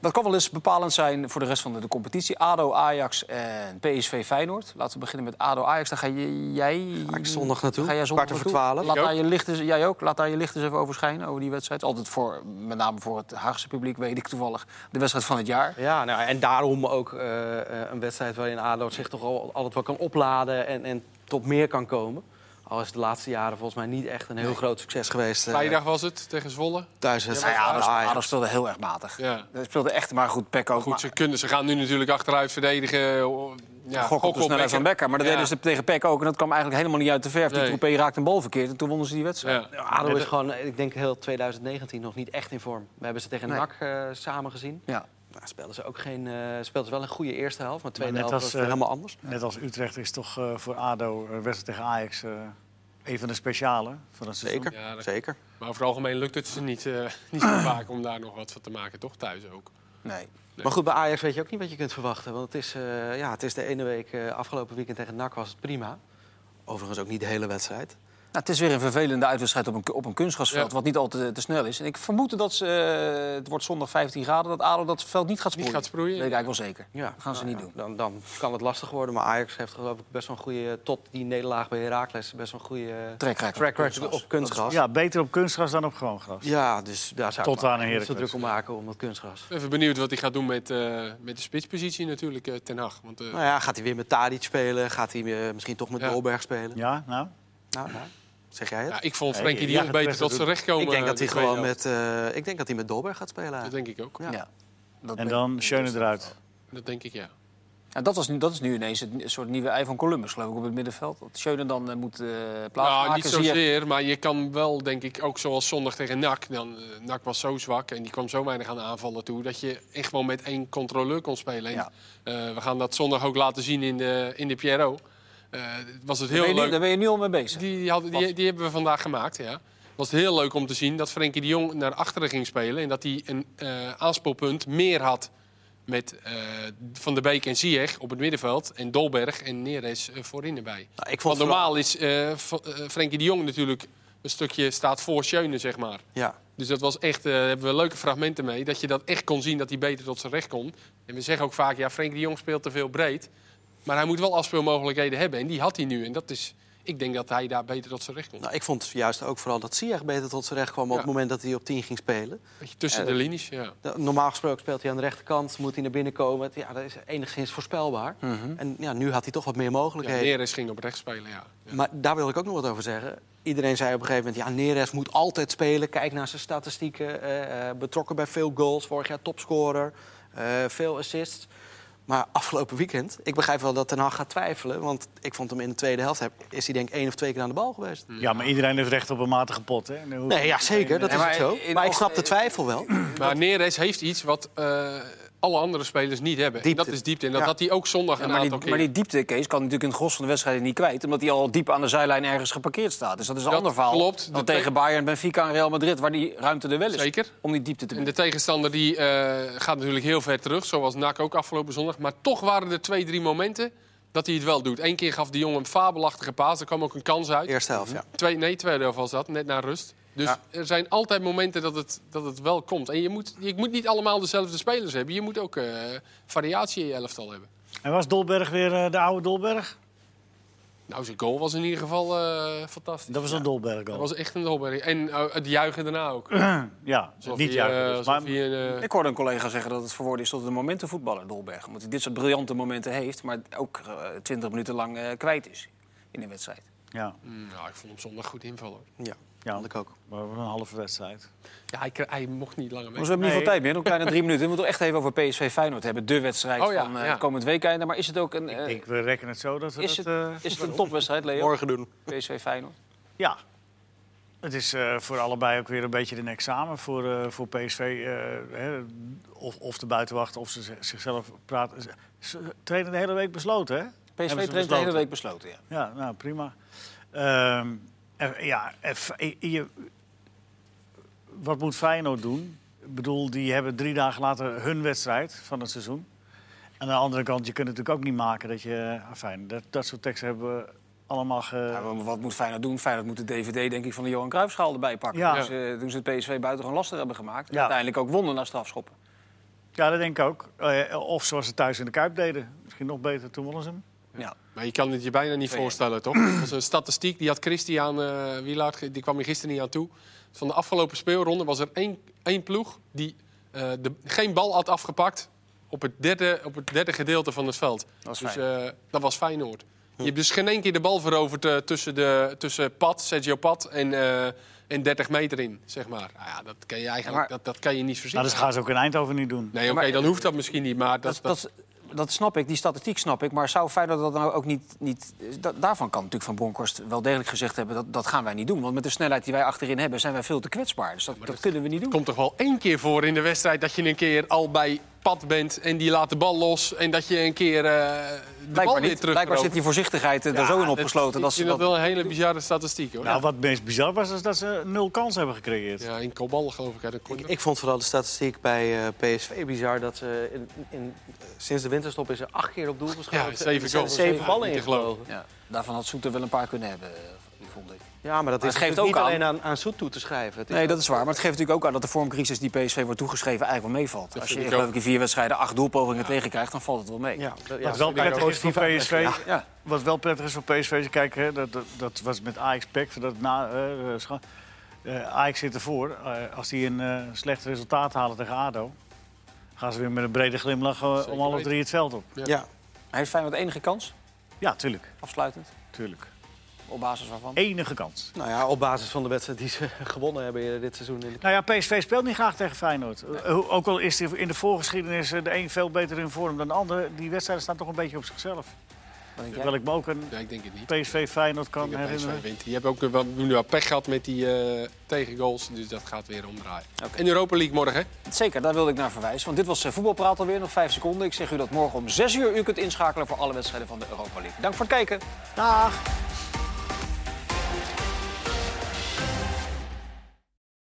[SPEAKER 1] dat kan wel eens bepalend zijn voor de rest van de, de competitie. ADO, Ajax en PSV Feyenoord. Laten we beginnen met ADO, Ajax. Daar ga je, jij...
[SPEAKER 4] Ga ik zondag naartoe.
[SPEAKER 1] Ga jij zondag
[SPEAKER 4] Kwart over
[SPEAKER 1] naartoe.
[SPEAKER 4] 12.
[SPEAKER 1] Laat
[SPEAKER 2] Ik ook.
[SPEAKER 1] daar je licht eens, jij ook. Laat daar je licht eens even over schijnen, over die wedstrijd. Altijd voor, met name voor het Haagse publiek, weet ik toevallig. De wedstrijd van het jaar.
[SPEAKER 4] Ja, nou, en daarom ook eh, eh, een wedstrijd waarin ADO zich toch al, altijd wel kan opladen en, en tot meer kan komen. Al is de laatste jaren volgens mij niet echt een heel groot succes geweest. eh,
[SPEAKER 2] Vrijdag was het tegen Zwolle.
[SPEAKER 1] Nou
[SPEAKER 4] Thuiswedstrijd
[SPEAKER 1] ja, ADO,
[SPEAKER 4] tegen Ajax.
[SPEAKER 1] ADO speelde heel erg matig.
[SPEAKER 2] Ja.
[SPEAKER 1] Ze speelde echt, maar goed, Pek ook.
[SPEAKER 2] Goed,
[SPEAKER 1] maar-
[SPEAKER 2] ze, kunnen, ze gaan nu natuurlijk achteruit verdedigen. oh,
[SPEAKER 1] Ja,
[SPEAKER 2] Ja,
[SPEAKER 1] gokken op de snelheid dus van Becker. Maar dat
[SPEAKER 2] Ja.
[SPEAKER 1] deden ze tegen Peck ook. En dat kwam eigenlijk helemaal niet uit de verf. Die
[SPEAKER 2] Nee.
[SPEAKER 1] Troepé raakte een bal verkeerd. En toen wonnen ze die wedstrijd.
[SPEAKER 2] Ja.
[SPEAKER 4] ADO is gewoon, eh, ik denk heel 2019 nog niet echt in vorm. We hebben ze tegen
[SPEAKER 1] Nee.
[SPEAKER 4] NAC eh, samen gezien.
[SPEAKER 1] Ja.
[SPEAKER 4] Nou, speelden ze ook geen, eh, speelden ze wel een goede eerste helft, maar tweede
[SPEAKER 3] net
[SPEAKER 4] helft was
[SPEAKER 3] als,
[SPEAKER 4] het
[SPEAKER 3] eh,
[SPEAKER 4] helemaal anders.
[SPEAKER 3] Net als Utrecht is toch eh, voor ADO eh, wedstrijd tegen Ajax eh, een van de speciale van het seizoen.
[SPEAKER 4] Zeker,
[SPEAKER 2] Ja, dat-
[SPEAKER 4] zeker.
[SPEAKER 2] Maar over het algemeen lukt het ze niet, eh, niet zo vaak om daar nog wat van te maken, toch? Thuis ook.
[SPEAKER 1] Nee.
[SPEAKER 4] Maar goed, bij Ajax weet je ook niet wat je kunt verwachten. Want het is, eh, ja, het is de ene week, eh, afgelopen weekend tegen NAC was het prima. Overigens ook niet de hele wedstrijd.
[SPEAKER 1] Nou, het is weer een vervelende uitwedstrijd op een, op een kunstgrasveld,
[SPEAKER 2] Ja.
[SPEAKER 1] wat niet al te, te snel is. En ik vermoed dat ze, eh, het wordt zondag 15 graden, dat ADO dat veld niet gaat
[SPEAKER 2] Niet
[SPEAKER 1] sproeien.
[SPEAKER 2] gaat sproeien.
[SPEAKER 1] Dat weet ik eigenlijk wel zeker.
[SPEAKER 4] Ja,
[SPEAKER 1] Dat gaan ze
[SPEAKER 4] nou,
[SPEAKER 1] niet
[SPEAKER 4] ja,
[SPEAKER 1] doen.
[SPEAKER 4] Dan, dan kan het lastig worden. Maar Ajax heeft geloof ik best wel een goede... Tot die nederlaag bij Heracles best wel een goede eh,
[SPEAKER 1] Track record.
[SPEAKER 4] track record op kunstgras. Ja.
[SPEAKER 3] Ja, beter op kunstgras dan op gewoon gras.
[SPEAKER 4] dus daar zou
[SPEAKER 3] Tot
[SPEAKER 4] ik me
[SPEAKER 3] aan een
[SPEAKER 4] niet zo
[SPEAKER 3] Heracles.
[SPEAKER 4] druk om maken om dat kunstgras.
[SPEAKER 2] Even benieuwd wat hij gaat doen met, eh, met de spitspositie natuurlijk, eh, Ten Hag. Want eh,
[SPEAKER 4] Nou ja, gaat hij weer met Tadic spelen? Gaat hij eh, misschien toch met
[SPEAKER 2] Ja.
[SPEAKER 4] Dolberg spelen?
[SPEAKER 3] Ja, nou.
[SPEAKER 4] Nou, nou, zeg jij het?
[SPEAKER 2] ja, ik vond
[SPEAKER 3] Nee,
[SPEAKER 2] Frenkie de
[SPEAKER 3] ja,
[SPEAKER 2] Jong
[SPEAKER 3] het
[SPEAKER 2] beter
[SPEAKER 3] beste
[SPEAKER 2] tot zijn recht komen.
[SPEAKER 4] ik denk dat
[SPEAKER 2] eh,
[SPEAKER 4] hij
[SPEAKER 2] de
[SPEAKER 4] gewoon
[SPEAKER 2] tweede
[SPEAKER 4] met, eh, ik denk dat hij met Dolberg gaat spelen.
[SPEAKER 2] helft. Dat denk ik ook.
[SPEAKER 4] Ja.
[SPEAKER 1] Ja. Dat
[SPEAKER 3] En
[SPEAKER 1] ben-
[SPEAKER 3] dan Schöne eruit.
[SPEAKER 2] Dat denk ik, ja.
[SPEAKER 1] Ja, dat, was, nu- dat is nu ineens het- een soort nieuwe ei van Columbus, geloof ik, op het middenveld. Dat Schöne dan eh, moet eh plaatsmaken.
[SPEAKER 2] Nou, niet
[SPEAKER 1] Zie je-
[SPEAKER 2] zozeer, maar je kan wel, denk ik, ook zoals zondag tegen NAC. Dan, eh, NAC was zo zwak en die kwam zo weinig aan de aanvallen toe... dat je echt wel met één controleur kon spelen. En,
[SPEAKER 1] Ja.
[SPEAKER 2] eh, we gaan dat zondag ook laten zien in de, in de Piero. Eh, was het
[SPEAKER 1] daar,
[SPEAKER 2] heel
[SPEAKER 1] ben je, nu-
[SPEAKER 2] leuk.
[SPEAKER 1] daar ben je nu al mee bezig.
[SPEAKER 2] Die, die, hadden- die, die hebben we vandaag gemaakt, ja. Was het heel leuk om te zien dat Frenkie de Jong naar achteren ging spelen... en dat hij een eh aanspoelpunt meer had met eh, Van der Beek en Ziyech op het middenveld... en Dolberg en Neres eh, voorin erbij.
[SPEAKER 4] Nou, ik vond
[SPEAKER 2] Want
[SPEAKER 4] vooral-
[SPEAKER 2] normaal is eh, v- eh, Frenkie de Jong natuurlijk een stukje staat voor Schöne, zeg maar.
[SPEAKER 4] Ja.
[SPEAKER 2] Dus dat was echt, eh, daar hebben we leuke fragmenten mee. Dat je dat echt kon zien, dat hij beter tot zijn recht kon. En we zeggen ook vaak, ja, Frenkie de Jong speelt te veel breed. Maar hij moet wel afspeelmogelijkheden hebben. En die had hij nu. En dat is, ik denk dat hij daar beter tot zijn recht komt.
[SPEAKER 4] Nou, ik vond juist ook vooral dat Ziyech beter tot zijn recht kwam... op
[SPEAKER 2] Ja.
[SPEAKER 4] het moment dat hij op 10 ging spelen.
[SPEAKER 2] Beetje tussen
[SPEAKER 4] eh,
[SPEAKER 2] de linies, ja.
[SPEAKER 4] Da- Normaal gesproken speelt hij aan de rechterkant, moet hij naar binnen komen. Het- Ja, dat is enigszins voorspelbaar. En ja, nu had hij toch wat meer
[SPEAKER 2] ja
[SPEAKER 4] mogelijkheden.
[SPEAKER 2] Neres ging op rechts spelen, ja. ja.
[SPEAKER 4] Maar daar wil ik ook nog wat over zeggen. Iedereen zei op een gegeven moment, ja, Neres moet altijd spelen. Kijk naar zijn statistieken. eh, eh, betrokken bij veel goals, vorig jaar topscorer, eh, veel assists. Maar afgelopen weekend, ik begrijp wel dat Ten Hag gaat twijfelen... want ik vond hem in de tweede helft, heb, is hij denk ik één of twee keer aan de bal geweest.
[SPEAKER 3] Ja, maar iedereen heeft recht op een matige pot. Hè? Nu hoef-
[SPEAKER 4] Nee, ja, zeker, dat
[SPEAKER 1] Nee,
[SPEAKER 4] is
[SPEAKER 1] maar
[SPEAKER 4] ook zo.
[SPEAKER 1] in-
[SPEAKER 4] Maar ik
[SPEAKER 1] in-
[SPEAKER 4] snap de twijfel wel.
[SPEAKER 2] Maar Neres heeft iets wat eh, alle andere spelers niet hebben. En
[SPEAKER 4] Diepte.
[SPEAKER 2] dat is diepte. En dat
[SPEAKER 4] Ja.
[SPEAKER 2] had hij ook zondag
[SPEAKER 1] Ja,
[SPEAKER 2] een
[SPEAKER 1] maar,
[SPEAKER 2] aantal
[SPEAKER 1] die,
[SPEAKER 2] keer.
[SPEAKER 1] maar die diepte, Kees, kan natuurlijk in het gros van de wedstrijden niet kwijt. Omdat hij al diep aan de zijlijn ergens geparkeerd staat. Dus dat is een
[SPEAKER 2] Dat
[SPEAKER 1] ander verhaal
[SPEAKER 2] klopt.
[SPEAKER 1] dan
[SPEAKER 2] De te-
[SPEAKER 1] tegen Bayern, Benfica en Real Madrid... waar die ruimte er wel is
[SPEAKER 2] Zeker.
[SPEAKER 1] om die diepte te
[SPEAKER 2] En de
[SPEAKER 1] bieden.
[SPEAKER 2] tegenstander die, eh, gaat natuurlijk heel ver terug, zoals NAC ook afgelopen zondag. Maar toch waren er twee, drie momenten dat hij het wel doet. Eén keer gaf de jongen een fabelachtige paas, er kwam ook een kans uit.
[SPEAKER 4] Eerste helft, ja.
[SPEAKER 2] Twee, nee, tweede helft was dat, net na rust. Dus
[SPEAKER 4] Ja.
[SPEAKER 2] er zijn altijd momenten dat het, dat het wel komt. En je moet, je moet niet allemaal dezelfde spelers hebben. Je moet ook eh, variatie in je elftal hebben.
[SPEAKER 3] En was Dolberg weer eh, de oude Dolberg?
[SPEAKER 2] Nou, zijn goal was in ieder geval eh, fantastisch.
[SPEAKER 3] Dat was een Dolberg
[SPEAKER 2] Dat
[SPEAKER 3] al.
[SPEAKER 2] was echt een dolberg. En eh, het juichen daarna ook.
[SPEAKER 3] Ja,
[SPEAKER 2] Alsof
[SPEAKER 3] niet
[SPEAKER 2] hij, eh,
[SPEAKER 3] juichen. dus.
[SPEAKER 2] alsof
[SPEAKER 3] Maar
[SPEAKER 2] hij een, eh,
[SPEAKER 1] Ik hoorde een collega zeggen dat het verwoord is tot een momentenvoetballer, Dolberg. Omdat hij dit soort briljante momenten heeft, maar ook twintig minuten lang eh, kwijt is in een wedstrijd.
[SPEAKER 3] ja,
[SPEAKER 2] mm, nou, ik vond hem zondag goed invallen. hoor.
[SPEAKER 4] Ja,
[SPEAKER 3] Ja.
[SPEAKER 4] vond ik ook.
[SPEAKER 3] maar we hebben een halve wedstrijd.
[SPEAKER 2] Ja, hij, kre- hij mocht niet langer mee.
[SPEAKER 1] Maar we hebben niet
[SPEAKER 3] Nee.
[SPEAKER 1] veel tijd meer, nog kleine drie minuten. We moeten toch echt even over PSV Feyenoord hebben. De wedstrijd
[SPEAKER 2] Oh ja,
[SPEAKER 1] van eh,
[SPEAKER 2] ja.
[SPEAKER 1] het komend weekend. Maar is het ook een, eh,
[SPEAKER 3] Ik, we rekken het zo dat we
[SPEAKER 1] is
[SPEAKER 3] dat...
[SPEAKER 1] het,
[SPEAKER 3] eh,
[SPEAKER 1] is het een topwedstrijd, Leo?
[SPEAKER 4] Morgen doen.
[SPEAKER 1] PSV Feyenoord.
[SPEAKER 3] Ja. Het is eh, voor allebei ook weer een beetje een examen voor, eh, voor PSV. eh, hè, of, of de buitenwacht, of ze z- zichzelf praten. Ze- Ze trainen de hele week besloten, hè? Hebben
[SPEAKER 1] PSV
[SPEAKER 3] ze
[SPEAKER 1] traint de hele
[SPEAKER 3] besloten.
[SPEAKER 1] week besloten, ja.
[SPEAKER 3] Ja, nou prima. Ehm, er- ja, er- je- je- wat moet Feyenoord doen? Ik bedoel, die hebben drie dagen later hun wedstrijd van het seizoen. Aan de andere kant, je kunt natuurlijk ook niet maken dat je... ah, Fijn, dat, dat soort teksten hebben we allemaal... Ge...
[SPEAKER 1] Ja, maar wat moet Feyenoord doen? Feyenoord moet de DVD denk ik, van de Johan Cruijffschaal erbij pakken.
[SPEAKER 3] Ja.
[SPEAKER 1] Dus, eh, toen ze het PSV buitengewoon lastig hebben gemaakt. En
[SPEAKER 3] Ja.
[SPEAKER 1] uiteindelijk ook wonnen na strafschoppen.
[SPEAKER 3] Ja, dat denk ik ook. Eh, of zoals ze thuis in de Kuip deden. Misschien nog beter, toen wonnen ze hem.
[SPEAKER 1] Ja.
[SPEAKER 2] Maar je kan het je bijna niet
[SPEAKER 1] Twee.
[SPEAKER 2] voorstellen, toch? Dat was een statistiek, die had Christian eh Wielaert, die kwam hier gisteren niet aan toe. Van de afgelopen speelronde was er één, één ploeg die eh, de, geen bal had afgepakt op het, derde, op het derde gedeelte van het veld.
[SPEAKER 1] was
[SPEAKER 2] dus, eh, dat was Feyenoord. Je hebt dus geen één keer de bal veroverd eh, tussen, de, tussen Pat, Sergio Pat en, eh, en 30 meter in, zeg maar. Nou ja, dat kan je eigenlijk
[SPEAKER 1] Maar-
[SPEAKER 2] dat, dat kan je niet
[SPEAKER 3] Nou,
[SPEAKER 2] verzinnen.
[SPEAKER 3] dat gaan ze ook in Eindhoven niet doen.
[SPEAKER 2] Nee, oké,
[SPEAKER 1] Maar-
[SPEAKER 2] dan hoeft dat misschien niet, maar
[SPEAKER 1] Dat, dat, dat snap ik, die statistiek snap ik. Maar zou Feyenoord dat nou ook niet... niet da- daarvan kan natuurlijk Van Bronckhorst wel degelijk gezegd hebben... Dat, dat gaan wij niet doen. Want met de snelheid die wij achterin hebben... zijn wij veel te kwetsbaar. Dus dat, dat kunnen we niet doen.
[SPEAKER 2] komt toch wel één keer voor in de wedstrijd dat je een keer al bij pad bent en die laat de bal los en dat je een keer eh, de bal
[SPEAKER 1] Blijkbaar,
[SPEAKER 2] weer
[SPEAKER 1] niet.
[SPEAKER 2] terug.
[SPEAKER 1] Blijkbaar zit die voorzichtigheid eh, er zo in opgesloten. Dat
[SPEAKER 2] Ik
[SPEAKER 1] ze
[SPEAKER 2] vind
[SPEAKER 1] dat...
[SPEAKER 2] dat wel een hele bizarre statistiek hoor.
[SPEAKER 3] Nou, wat het meest bizar was, is dat ze nul kans hebben gecreëerd.
[SPEAKER 2] ja, in kopbal geloof ik uit een
[SPEAKER 4] Ik,
[SPEAKER 2] corner.
[SPEAKER 4] ik vond vooral de statistiek bij eh, PSV bizar. Dat ze in, in, sinds de winterstop is er acht keer op doel geschoten.
[SPEAKER 2] Ja, zeven
[SPEAKER 4] Er zijn
[SPEAKER 2] goals.
[SPEAKER 4] Zeven
[SPEAKER 2] Ja,
[SPEAKER 4] ballen
[SPEAKER 2] niet te
[SPEAKER 4] ingevlogen.
[SPEAKER 1] Ja, daarvan had Soeter wel een paar kunnen hebben. eh, vond ik.
[SPEAKER 4] Ja, maar dat
[SPEAKER 1] Maar
[SPEAKER 4] is
[SPEAKER 1] het geeft
[SPEAKER 4] natuurlijk niet
[SPEAKER 1] ook aan-
[SPEAKER 4] alleen aan, aan Soet toe te schrijven. Het is
[SPEAKER 1] Nee, dat is waar. Maar het geeft natuurlijk ook aan dat de vormcrisis die PSV wordt toegeschreven eigenlijk wel meevalt. Als je
[SPEAKER 2] vind ik
[SPEAKER 1] geloof
[SPEAKER 2] ook.
[SPEAKER 1] ik in vier wedstrijden acht doelpogingen tegenkrijgt, dan valt het wel mee.
[SPEAKER 4] ja, dat- ja,
[SPEAKER 3] Wat wel
[SPEAKER 4] dat-
[SPEAKER 3] prettig is voor PSV,
[SPEAKER 1] Ja.
[SPEAKER 3] wat wel prettig is voor PSV, kijk, hè, dat, dat, dat was met Ajax Pek. Dat na, eh, eh, scha- eh, Ajax zit ervoor. Eh, als die een eh, slecht resultaat halen tegen ADO... gaan ze weer met een brede glimlach eh, om alle
[SPEAKER 2] weten.
[SPEAKER 3] drie het veld op.
[SPEAKER 4] ja.
[SPEAKER 1] Heeft Feyenoord enige kans,
[SPEAKER 3] Ja, tuurlijk.
[SPEAKER 1] afsluitend,
[SPEAKER 3] tuurlijk.
[SPEAKER 1] op basis waarvan?
[SPEAKER 3] Enige kans.
[SPEAKER 4] Nou ja, op basis van de wedstrijd die ze gewonnen hebben eerder dit seizoen. in de-
[SPEAKER 3] Nou ja, PSV speelt niet graag tegen Feyenoord. Eh, ho- Ook al is die- in de voorgeschiedenis eh, de een veel beter in vorm dan de ander... die wedstrijden staan toch een beetje op zichzelf.
[SPEAKER 1] Wat denk jij?
[SPEAKER 3] Terwijl ik me ook een
[SPEAKER 2] Nee, ik denk het niet.
[SPEAKER 3] PSV-Feyenoord
[SPEAKER 2] Ik
[SPEAKER 3] kan
[SPEAKER 2] denk dat PSV
[SPEAKER 3] herinneren.
[SPEAKER 2] wint. Je hebt ook eh, wel- we hebben nu wel pech gehad met die eh, tegengoals, dus dat gaat weer omdraaien. En Europa League morgen, hè?
[SPEAKER 1] Zeker, daar wilde ik naar verwijzen. Want dit was eh, Voetbalpraat alweer, nog vijf seconden. Ik zeg u dat morgen om zes uur u kunt inschakelen voor alle wedstrijden van de Europa League. Dank voor het kijken.
[SPEAKER 3] Dag!